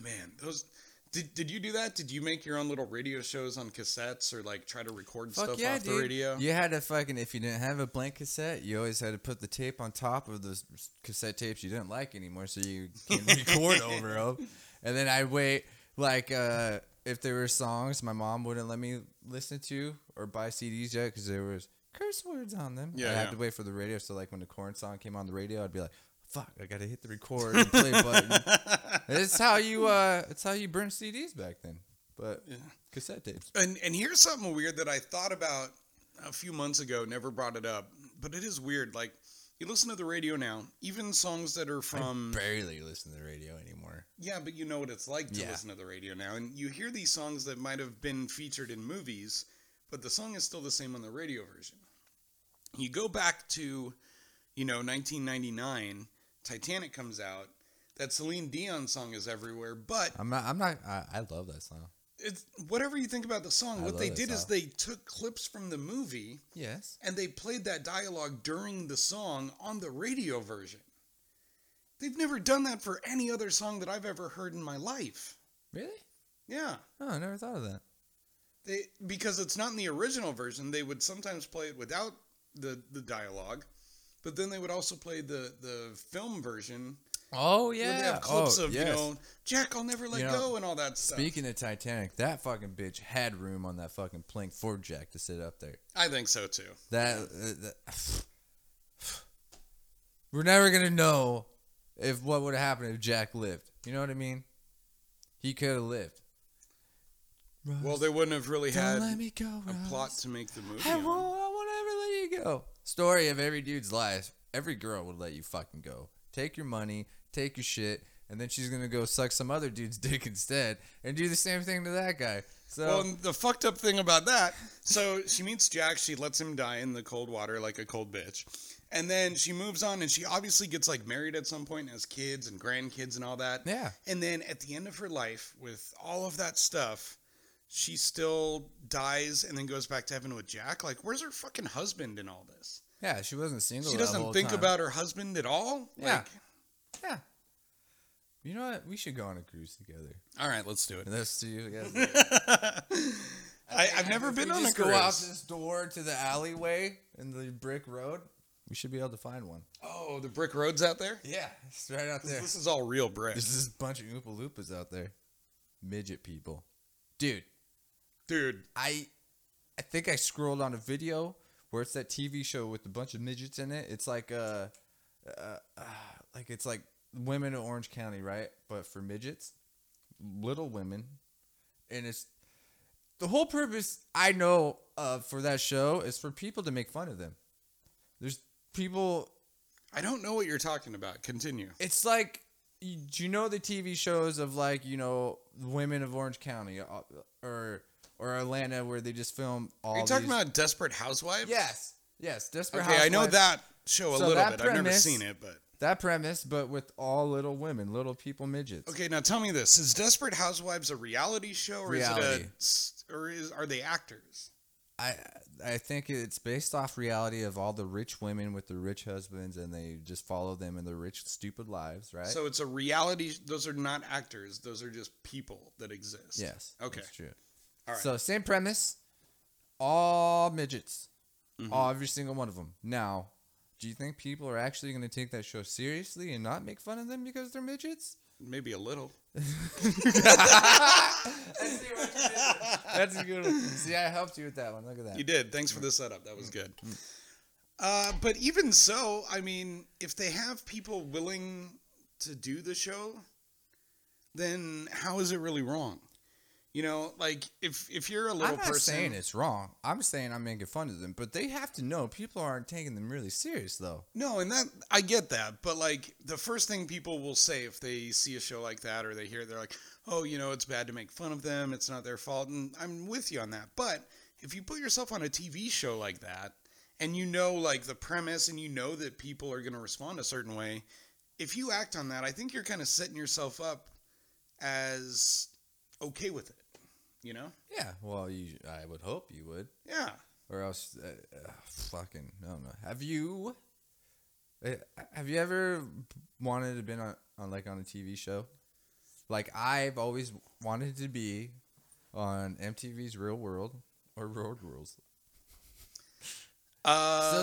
Speaker 5: man, those did, did you do that? Did you make your own little radio shows on cassettes or like try to record
Speaker 4: Fuck
Speaker 5: stuff
Speaker 4: yeah,
Speaker 5: off
Speaker 4: dude.
Speaker 5: the radio?
Speaker 4: You had to fucking if you didn't have a blank cassette, you always had to put the tape on top of those cassette tapes you didn't like anymore, so you (laughs) can record over them. And then I'd wait, like uh, if there were songs my mom wouldn't let me listen to or buy CDs yet because there was curse words on them.
Speaker 5: Yeah,
Speaker 4: I had
Speaker 5: yeah.
Speaker 4: to wait for the radio. So like when the corn song came on the radio, I'd be like. Fuck! I gotta hit the record and
Speaker 5: (laughs)
Speaker 4: play button. it's how you, uh, it's how you burn CDs back then, but cassette tapes.
Speaker 5: And and here's something weird that I thought about a few months ago, never brought it up, but it is weird. Like you listen to the radio now, even songs that are from
Speaker 4: Barely listen to the radio anymore.
Speaker 5: Yeah, but you know what it's like to
Speaker 4: Yeah.
Speaker 5: listen to the radio now. And you hear these songs that might have been featured in movies, but the song is still the same on the radio version. You go back to, you know, 1999, Titanic comes out. That Celine Dion song is everywhere, but
Speaker 4: I'm not. I'm not. I, I love that song.
Speaker 5: it's, whatever you think about the song,
Speaker 4: I
Speaker 5: what
Speaker 4: love
Speaker 5: they
Speaker 4: that
Speaker 5: did is
Speaker 4: song.
Speaker 5: they took clips from the movie
Speaker 4: Yes.
Speaker 5: and they played that dialogue during the song on the radio version. They've never done that for any other song that I've ever heard in my life.
Speaker 4: Really?
Speaker 5: Yeah.
Speaker 4: Oh, I never thought of that.
Speaker 5: They because it's not in the original version, they would sometimes play it without the the dialogue, but then they would also play the the film version.
Speaker 4: Oh
Speaker 5: where
Speaker 4: yeah.
Speaker 5: they have clips
Speaker 4: oh,
Speaker 5: of you
Speaker 4: yes.
Speaker 5: know Jack, I'll never let
Speaker 4: You know,
Speaker 5: go and all that stuff.
Speaker 4: Speaking of Titanic, that fucking bitch had room on that fucking plank for Jack to sit up there.
Speaker 5: I think so too.
Speaker 4: That. Uh, that (sighs) we're never gonna know if what would have happened if Jack lived. You know what I mean? He could have lived.
Speaker 5: Well, they wouldn't have really
Speaker 4: Don't
Speaker 5: had
Speaker 4: let me go.
Speaker 5: a
Speaker 4: Ross.
Speaker 5: plot to make the movie.
Speaker 4: I
Speaker 5: on.
Speaker 4: won't. I won't ever let you go. Story of every dude's life. Every girl would let you fucking go. Take your money, take your shit, and then she's gonna go suck some other dude's (laughs) dick instead, and do the same thing to that guy. So
Speaker 5: Well, and the fucked up thing about that, so she meets Jack, she lets him die in the cold water like a cold bitch. And then she moves on and she obviously gets like married at some point and has kids and grandkids and all that.
Speaker 4: Yeah.
Speaker 5: And then at the end of her life with all of that stuff, she still dies and then goes back to heaven with Jack. Like, where's her fucking husband in all this?
Speaker 4: yeah, she wasn't single.
Speaker 5: She
Speaker 4: that
Speaker 5: doesn't
Speaker 4: whole
Speaker 5: think
Speaker 4: time.
Speaker 5: about her husband at all.
Speaker 4: Yeah.
Speaker 5: Like,
Speaker 4: Yeah. You know what? We should go on a cruise together.
Speaker 5: all right, let's do it.
Speaker 4: And that's to you. Yeah.
Speaker 5: I, (laughs) I've never
Speaker 4: If
Speaker 5: been
Speaker 4: we
Speaker 5: on a
Speaker 4: just Go out
Speaker 5: cruise.
Speaker 4: this door to the alleyway in the brick road. We should be able to find one.
Speaker 5: Oh, the brick roads out there?
Speaker 4: Yeah, it's right out there.
Speaker 5: This is all real brick.
Speaker 4: There's this bunch of Oompa Loompas out there. Midget people. Dude,
Speaker 5: Dude,
Speaker 4: I I think I scrolled on a video where it's that TV show with a bunch of midgets in it. It's like uh, uh, uh like it's like women in Orange County, right? But for midgets, little women. And it's the whole purpose I know of for that show is for people to make fun of them. There's people
Speaker 5: I don't know what you're talking about. Continue.
Speaker 4: it's like you- do you know the TV shows of like you know women of Orange County uh, or or Atlanta where they just film all
Speaker 5: Are you talking
Speaker 4: these-
Speaker 5: about Desperate Housewives?
Speaker 4: yes yes Desperate
Speaker 5: Okay, I know
Speaker 4: Housewives,
Speaker 5: that show a
Speaker 4: So
Speaker 5: little
Speaker 4: that
Speaker 5: bit. I've never
Speaker 4: premise-
Speaker 5: seen it, but
Speaker 4: that premise but with all little women little people midgets
Speaker 5: okay. Now tell me this: Is Desperate Housewives a reality show, or is it
Speaker 4: Reality.
Speaker 5: a, s- or is are they actors?
Speaker 4: I I think it's based off reality of all the rich women with the rich husbands and they just follow them in their rich stupid lives right
Speaker 5: So it's a reality. Those are not actors. Those are just people that exist.
Speaker 4: yes
Speaker 5: Okay.
Speaker 4: that's true
Speaker 5: All right.
Speaker 4: So same premise, all midgets,
Speaker 5: Mm-hmm.
Speaker 4: all every single one of them. Now, do you think people are actually going to take that show seriously and not make fun of them because they're midgets?
Speaker 5: Maybe a little.
Speaker 4: That's a good. One. (laughs) See, I helped you with that one. Look at that.
Speaker 5: You did. Thanks for the setup.
Speaker 4: Mm.
Speaker 5: That was good. Uh, but even so, I mean, if they have people willing to do the show, then how is it really wrong? You know, like if if you're a little
Speaker 4: I'm not
Speaker 5: person,
Speaker 4: saying it's wrong. I'm saying I'm making fun of them, but they have to know people aren't taking them really serious though.
Speaker 5: no, and that I get that, but like the first thing people will say if they see a show like that or they hear, it, they're like, "Oh, you know, it's bad to make fun of them. It's not their fault." And I'm with you on that. But if you put yourself on a TV show like that, and you know like the premise and you know that people are going to respond a certain way if you act on that i think you're kind of setting yourself up as okay with it you know
Speaker 4: Yeah. Well, you. I would hope you would.
Speaker 5: yeah
Speaker 4: or else uh, uh, fucking I don't know. Have you Uh, Have you ever wanted to been on, on like on a TV show? Like I've always wanted to be on MTV's Real World or Road Rules. Still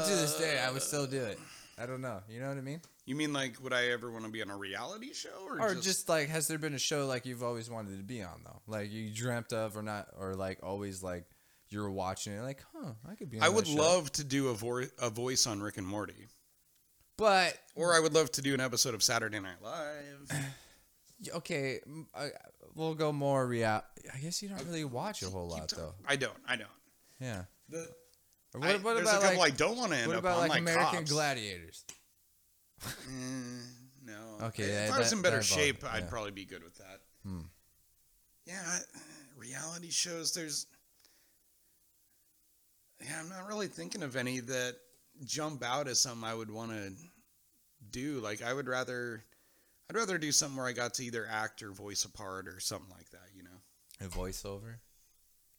Speaker 5: Uh,
Speaker 4: to this day, I would still do it. I don't know. You know what I mean?
Speaker 5: you mean like would I ever want to be on a reality show or,
Speaker 4: Or just, like, has there been a show like you've always wanted to be on though? Like you dreamt of, or not, or like always like you're watching it, like, huh, I could be. On
Speaker 5: I
Speaker 4: that
Speaker 5: would
Speaker 4: show.
Speaker 5: love to do a, vo- a voice on Rick and Morty,
Speaker 4: but
Speaker 5: or I would love to do an episode of Saturday Night Live.
Speaker 4: y- okay, m- I- we'll go more real. I guess you don't really watch a whole lot though.
Speaker 5: I don't. I don't.
Speaker 4: Yeah.
Speaker 5: The,
Speaker 4: Or
Speaker 5: I-
Speaker 4: what, what
Speaker 5: there's
Speaker 4: about
Speaker 5: a couple
Speaker 4: like
Speaker 5: I don't want to end
Speaker 4: what
Speaker 5: up
Speaker 4: about
Speaker 5: on, like
Speaker 4: like, American
Speaker 5: Cops.
Speaker 4: Gladiators?
Speaker 5: Mm, no.
Speaker 4: Okay,
Speaker 5: If
Speaker 4: yeah,
Speaker 5: I was
Speaker 4: that-
Speaker 5: in better
Speaker 4: that involved-
Speaker 5: shape,
Speaker 4: yeah. Hmm.
Speaker 5: I'd probably be good with that. Yeah, I- reality shows. There's. Yeah, I'm not really thinking of any that jump out as something I would want to do. Like, I would rather, I'd rather do something where I got to either act or voice a part or something like that. You know.
Speaker 4: A voiceover.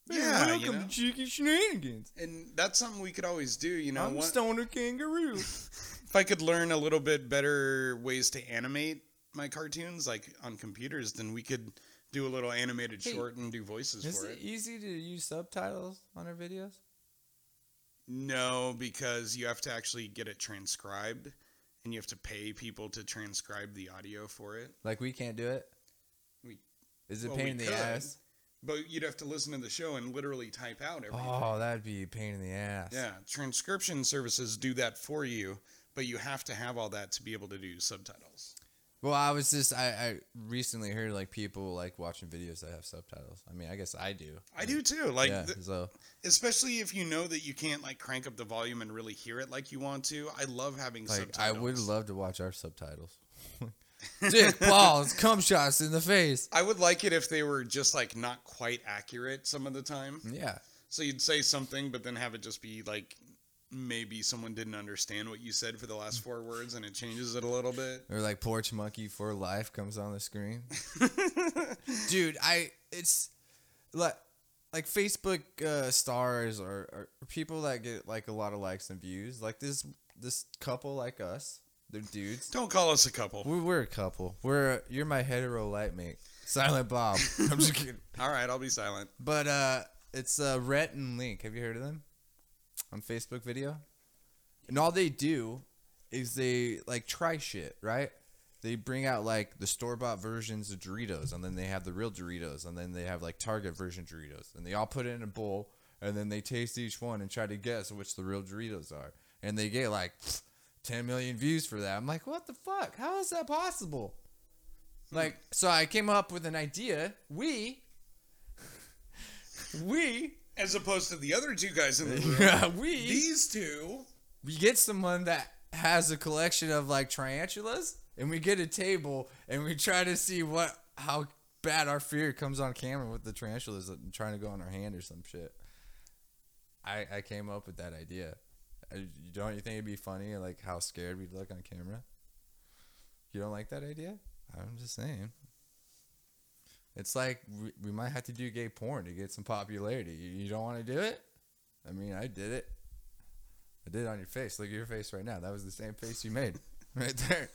Speaker 5: Yeah, you know?
Speaker 4: Cheeky Shenanigans.
Speaker 5: and that's something we could always do. You know, One-
Speaker 4: Stoner Kangaroo.
Speaker 5: if I could learn a little bit better ways to animate my cartoons, like on computers, then we could do a little animated
Speaker 4: Hey,
Speaker 5: short and do voices
Speaker 4: Is
Speaker 5: for
Speaker 4: it
Speaker 5: it.
Speaker 4: easy to use subtitles on our videos?
Speaker 5: No, because you have to actually get it transcribed, and you have to pay people to transcribe the audio for it.
Speaker 4: Like we can't do it.
Speaker 5: We-
Speaker 4: Is it
Speaker 5: well,
Speaker 4: pain
Speaker 5: we
Speaker 4: in the
Speaker 5: could.
Speaker 4: ass?
Speaker 5: But you'd have to listen to the show and literally type out everything.
Speaker 4: Oh, that'd be a pain in the ass.
Speaker 5: Yeah, transcription services do that for you, but you have to have all that to be able to do subtitles.
Speaker 4: Well, I was just I, I recently heard like people like watching videos that have subtitles. I mean, I guess I do.
Speaker 5: I do too. Like
Speaker 4: yeah.
Speaker 5: th-
Speaker 4: so
Speaker 5: especially if you know that you can't like crank up the volume and really hear it like you want to. I love having
Speaker 4: like
Speaker 5: subtitles.
Speaker 4: I would love to watch
Speaker 5: (laughs)
Speaker 4: our subtitles. Dick balls, cum shots in the face.
Speaker 5: I would like it if they were just like not quite accurate some of the time.
Speaker 4: Yeah.
Speaker 5: So you'd say something, but then have it just be like maybe someone didn't understand what you said for the
Speaker 4: Mm.
Speaker 5: last four words, and it changes it a little bit.
Speaker 4: Or like Porch Monkey for Life comes on the screen.
Speaker 5: (laughs)
Speaker 4: Dude, I it's like like Facebook uh, stars or, or people that get like a lot of likes and views. Like this this couple like us, they're dudes.
Speaker 5: Don't call us a couple.
Speaker 4: We we're a couple. We're you're my hetero light mate, Silent Bob. I'm just kidding.
Speaker 5: All right, I'll be silent.
Speaker 4: But uh, it's uh, Rhett and Link. Have you heard of them? On Facebook video, and all they do is they like try shit, right? They bring out like the store bought versions of Doritos, and then they have the real Doritos, and then they have like Target version Doritos, and they all put it in a bowl, and then they taste each one and try to guess which the real Doritos are, and they get like (sniffs) 10 million views for that. I'm like, what the fuck? How is that possible? Like, so I came up with an idea. We we
Speaker 5: As opposed to the other two guys
Speaker 4: (laughs)
Speaker 5: in the room,
Speaker 4: yeah, we
Speaker 5: these two.
Speaker 4: we get someone that has a collection of like tarantulas and we get a table and we try to see what how bad our fear comes on camera with the tarantulas that- trying to go on our hand or some shit i i came up with that idea I, don't you think it'd be funny like how scared we'd look on camera you don't like that idea i'm just saying it's like we, we might have to do gay porn to get some popularity you, you don't want to do it i mean i did it I did it on your face. Look at your face right now. That was the same face you made (laughs) right there.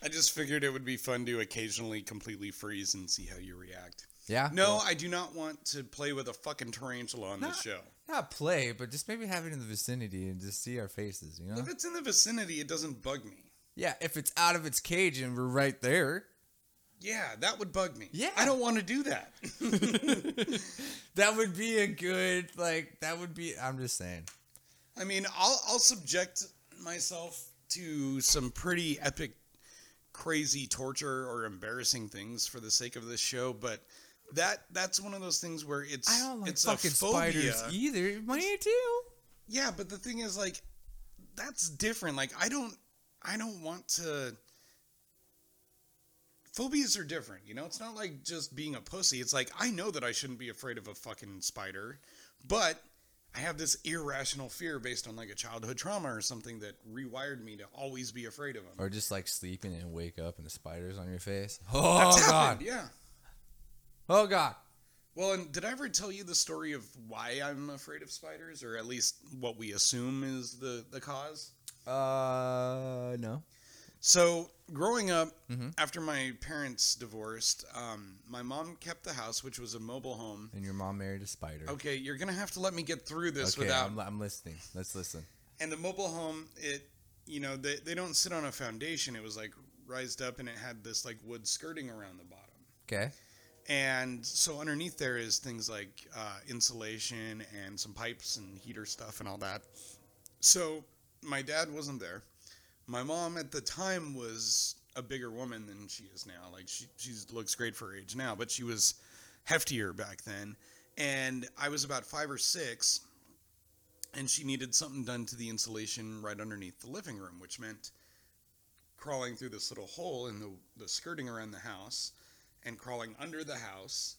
Speaker 5: I just figured it would be fun to occasionally completely freeze and see how you react.
Speaker 4: Yeah.
Speaker 5: No,
Speaker 4: Uh, Well,
Speaker 5: I do not want to play with a fucking tarantula on this show.
Speaker 4: not play, but just maybe have it in the vicinity and just see our faces. You know.
Speaker 5: If it's in the vicinity, it doesn't bug me.
Speaker 4: Yeah. If it's out of its cage and we're right there,
Speaker 5: Yeah, that would bug me.
Speaker 4: Yeah.
Speaker 5: I don't want to do that. (laughs)
Speaker 4: that would be a good like. That would be. I'm just saying.
Speaker 5: I mean, I'll I'll subject myself to some pretty epic crazy torture or embarrassing things for the sake of this show, but that that's one of those things where it's
Speaker 4: I don't like
Speaker 5: it's
Speaker 4: fucking
Speaker 5: a phobia.
Speaker 4: spiders either. Me too.
Speaker 5: Yeah, but the thing is like that's different. Like I don't I don't want to phobias are different, you know? It's not like just being a pussy. It's like I know that I shouldn't be afraid of a fucking spider, but I have this irrational fear based on like a childhood trauma or something that rewired me to always be afraid of them.
Speaker 4: Or just like sleeping and wake up and the spiders on your face.
Speaker 5: (laughs)
Speaker 4: Oh god.
Speaker 5: Yeah.
Speaker 4: Oh god.
Speaker 5: Well, and did I ever tell you the story of why I'm afraid of spiders or at least what we assume is the the cause?
Speaker 4: Uh, no.
Speaker 5: So growing up,
Speaker 4: Mm-hmm.
Speaker 5: after my parents divorced, um, my mom kept the house, which was a mobile home.
Speaker 4: And your mom married a spider.
Speaker 5: Okay, you're gonna have to let me get through this
Speaker 4: Okay,
Speaker 5: without.
Speaker 4: I'm, I'm listening. Let's listen.
Speaker 5: and the mobile home, it you know they they don't sit on a foundation. It was like rised up, and it had this like wood skirting around the bottom.
Speaker 4: Okay.
Speaker 5: And so underneath there is things like uh, insulation and some pipes and heater stuff and all that. So my dad wasn't there. My mom at the time was a bigger woman than she is now. Like she she looks great for her age now, but she was heftier back then. And I was about five or six, and she needed something done to the insulation right underneath the living room, which meant crawling through this little hole in the, the skirting around the house and crawling under the house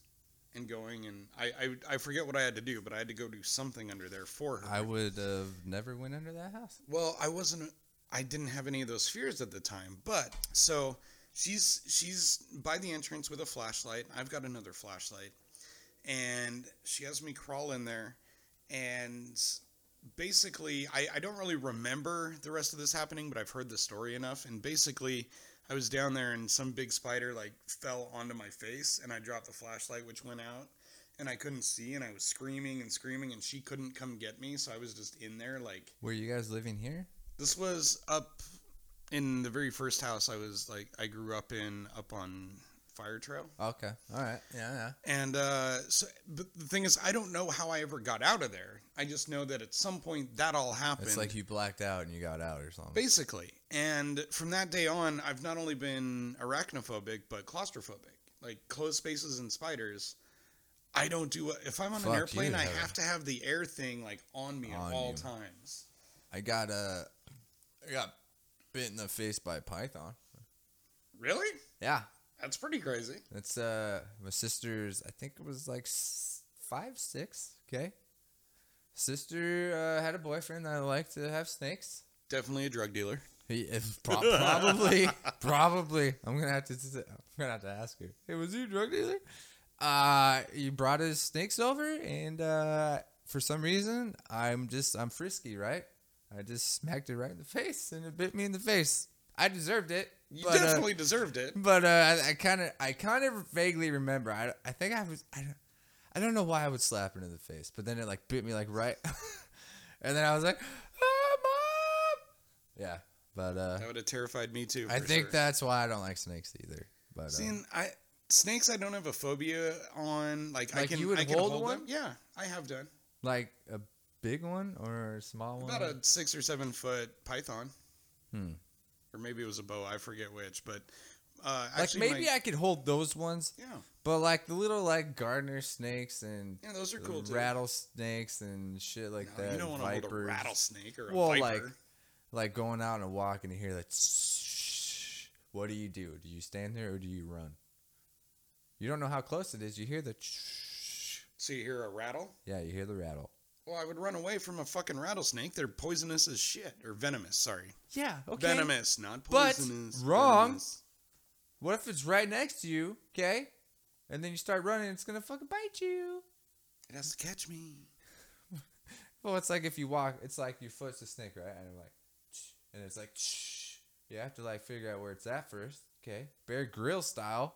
Speaker 5: and going and I, I I forget what I had to do, but I had to go do something under there for her.
Speaker 4: I would have never went under that house.
Speaker 5: Well, I wasn't. I didn't have any of those fears at the time. But so she's she's by the entrance with a flashlight. I've got another flashlight, and she has me crawl in there, and basically I, I don't really remember the rest of this happening, but I've heard the story enough. And basically, I was down there and some big spider like fell onto my face, and I dropped the flashlight, which went out. And I couldn't see, and I was screaming and screaming, and she couldn't come get me. So I was just in there, like
Speaker 4: Were you guys living here?
Speaker 5: this was up in the very first house I was like I grew up in up on Fire Trail.
Speaker 4: Okay. All right. Yeah. Yeah.
Speaker 5: And uh, so, but the thing is, I don't know how I ever got out of there. I just know that at some point that all happened.
Speaker 4: It's like you blacked out and you got out or something.
Speaker 5: basically. And from that day on, I've not only been arachnophobic but claustrophobic. Like closed spaces and spiders. I don't do if I'm on
Speaker 4: Fuck,
Speaker 5: an
Speaker 4: you
Speaker 5: airplane, I
Speaker 4: have a-
Speaker 5: have to have the air thing like on me
Speaker 4: On
Speaker 5: at all
Speaker 4: you.
Speaker 5: times.
Speaker 4: I got uh, I got bit in the face by a python.
Speaker 5: Really?
Speaker 4: Yeah.
Speaker 5: That's pretty crazy.
Speaker 4: That's uh my sister's. I think it was like s- five, six. Okay. Sister uh, had a boyfriend that liked to have snakes.
Speaker 5: Definitely a drug dealer.
Speaker 4: He if, pro- probably, (laughs) probably. I'm gonna have to. I'm gonna have to ask her. Hey, was he a drug dealer? Uh, he brought his snakes over, and uh, for some reason, I'm just I'm frisky, right? I just smacked it right in the face, and it bit me in the face. I deserved it.
Speaker 5: You
Speaker 4: but, uh,
Speaker 5: definitely deserved it.
Speaker 4: but uh, I kind of, I kind of vaguely remember. I, I think I was, I don't, I don't know why I would slap it in the face, but then it like bit me like right, (laughs) and then I was like, ah, mom, yeah. But uh,
Speaker 5: That would have terrified me too.
Speaker 4: I
Speaker 5: for
Speaker 4: think
Speaker 5: sure.
Speaker 4: that's why I don't like snakes either. But uh,
Speaker 5: Seeing I snakes, I don't have a phobia on. Like, I
Speaker 4: Like,
Speaker 5: can,
Speaker 4: you would
Speaker 5: I can
Speaker 4: hold
Speaker 5: hold,
Speaker 4: one?
Speaker 5: them. Yeah, I have done
Speaker 4: like a big one or a small one.
Speaker 5: about a six or seven foot python,
Speaker 4: Hmm.
Speaker 5: or maybe it was a boa. I forget which, but uh,
Speaker 4: like
Speaker 5: actually
Speaker 4: maybe
Speaker 5: my,
Speaker 4: I could hold those ones,
Speaker 5: yeah,
Speaker 4: but like the little like gardener snakes and
Speaker 5: yeah, those are cool too.
Speaker 4: rattlesnakes and shit like
Speaker 5: No,
Speaker 4: that.
Speaker 5: you don't want to hold a
Speaker 4: vipers.
Speaker 5: rattlesnake or a
Speaker 4: Well,
Speaker 5: viper.
Speaker 4: like- like going out and walking and hear that. shh, What do you do? Do you stand there or do you run? You don't know how close it is. You hear the. shh.
Speaker 5: so you hear a rattle?
Speaker 4: Yeah, you hear the rattle.
Speaker 5: Well, I would run away from a fucking rattlesnake. They're poisonous as shit or venomous. Sorry,
Speaker 4: Yeah,
Speaker 5: venomous, not
Speaker 4: But
Speaker 5: poisonous.
Speaker 4: wrong.
Speaker 5: venomous.
Speaker 4: What if it's right next to you, okay? And then you start running, it's gonna fucking bite you.
Speaker 5: It has to catch me.
Speaker 4: Well, it's like if you walk, it's like your foot's a snake, right? And I'm like, shh, and it's like, shh. you have to like figure out where it's at first, okay? Bear grill style.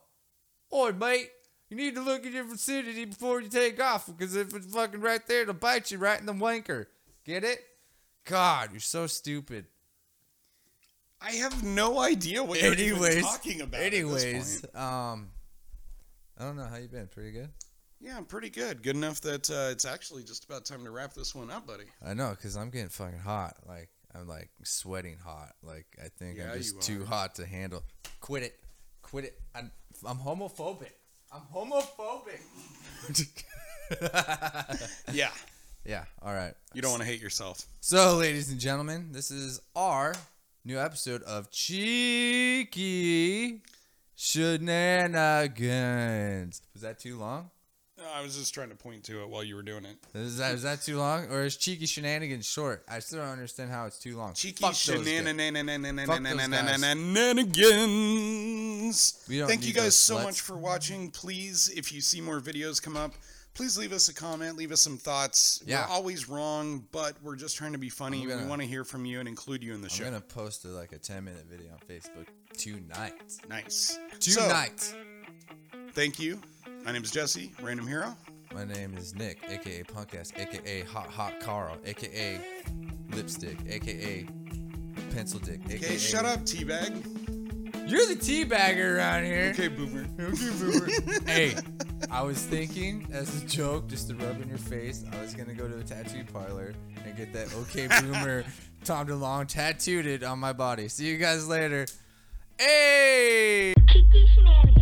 Speaker 4: Oi, mate, you need to look at your vicinity before you take off, because if it's fucking right there, it'll bite you right in the wanker. Get it? God, you're so stupid.
Speaker 5: I have no idea what you're even talking about. at this
Speaker 4: anyways,
Speaker 5: point.
Speaker 4: um, I don't know how you been. Pretty good.
Speaker 5: yeah, pretty good. Good enough that uh, it's actually just about time to wrap this one up, buddy.
Speaker 4: I know, cause I'm getting fucking hot. Like I'm like sweating hot. Like I think
Speaker 5: Yeah,
Speaker 4: I'm
Speaker 5: you
Speaker 4: just
Speaker 5: are.
Speaker 4: too hot to handle. Quit it, quit it. I'm I'm homophobic. I'm homophobic. (laughs)
Speaker 5: Yeah,
Speaker 4: (laughs) yeah. All right.
Speaker 5: you don't want to hate yourself.
Speaker 4: So, ladies and gentlemen, this is our new episode of Cheeky Shenanigans. Was that too long?
Speaker 5: No, I was just trying to point to it while you were doing it.
Speaker 4: Is that, is that too long, or is Cheeky Shenanigans short? I still don't understand how it's too long.
Speaker 5: Cheeky
Speaker 4: Fuck those guys.
Speaker 5: shenanigans.
Speaker 4: We don't
Speaker 5: Thank you
Speaker 4: need
Speaker 5: guys
Speaker 4: those
Speaker 5: so
Speaker 4: sluts.
Speaker 5: much for watching. Please, if you see more videos come up, Please leave us a comment. Leave us some thoughts.
Speaker 4: Yeah.
Speaker 5: We're always wrong, but we're just trying to be funny.
Speaker 4: I'm gonna-
Speaker 5: we want to hear from you and include you in the
Speaker 4: I'm
Speaker 5: show.
Speaker 4: gonna post a, like a 10 minute video on Facebook tonight.
Speaker 5: Nice. So,
Speaker 4: Tonight.
Speaker 5: thank you. My name is Jesse, Random Hero.
Speaker 4: My name is Nick, aka Punkass, aka Hot Hot Carl, aka Lipstick, aka Pencil Dick, aka.
Speaker 5: Okay, shut up, teabag.
Speaker 4: You're the teabagger around here.
Speaker 5: Okay, boomer.
Speaker 4: (laughs) hey, I was thinking as a joke, just to rub in your face, I was gonna go to a tattoo parlor and get that
Speaker 5: (laughs)
Speaker 4: OK Boomer Tom DeLong tattooed it on my body. See you guys later. Hey.
Speaker 6: Kiki Shenanigans.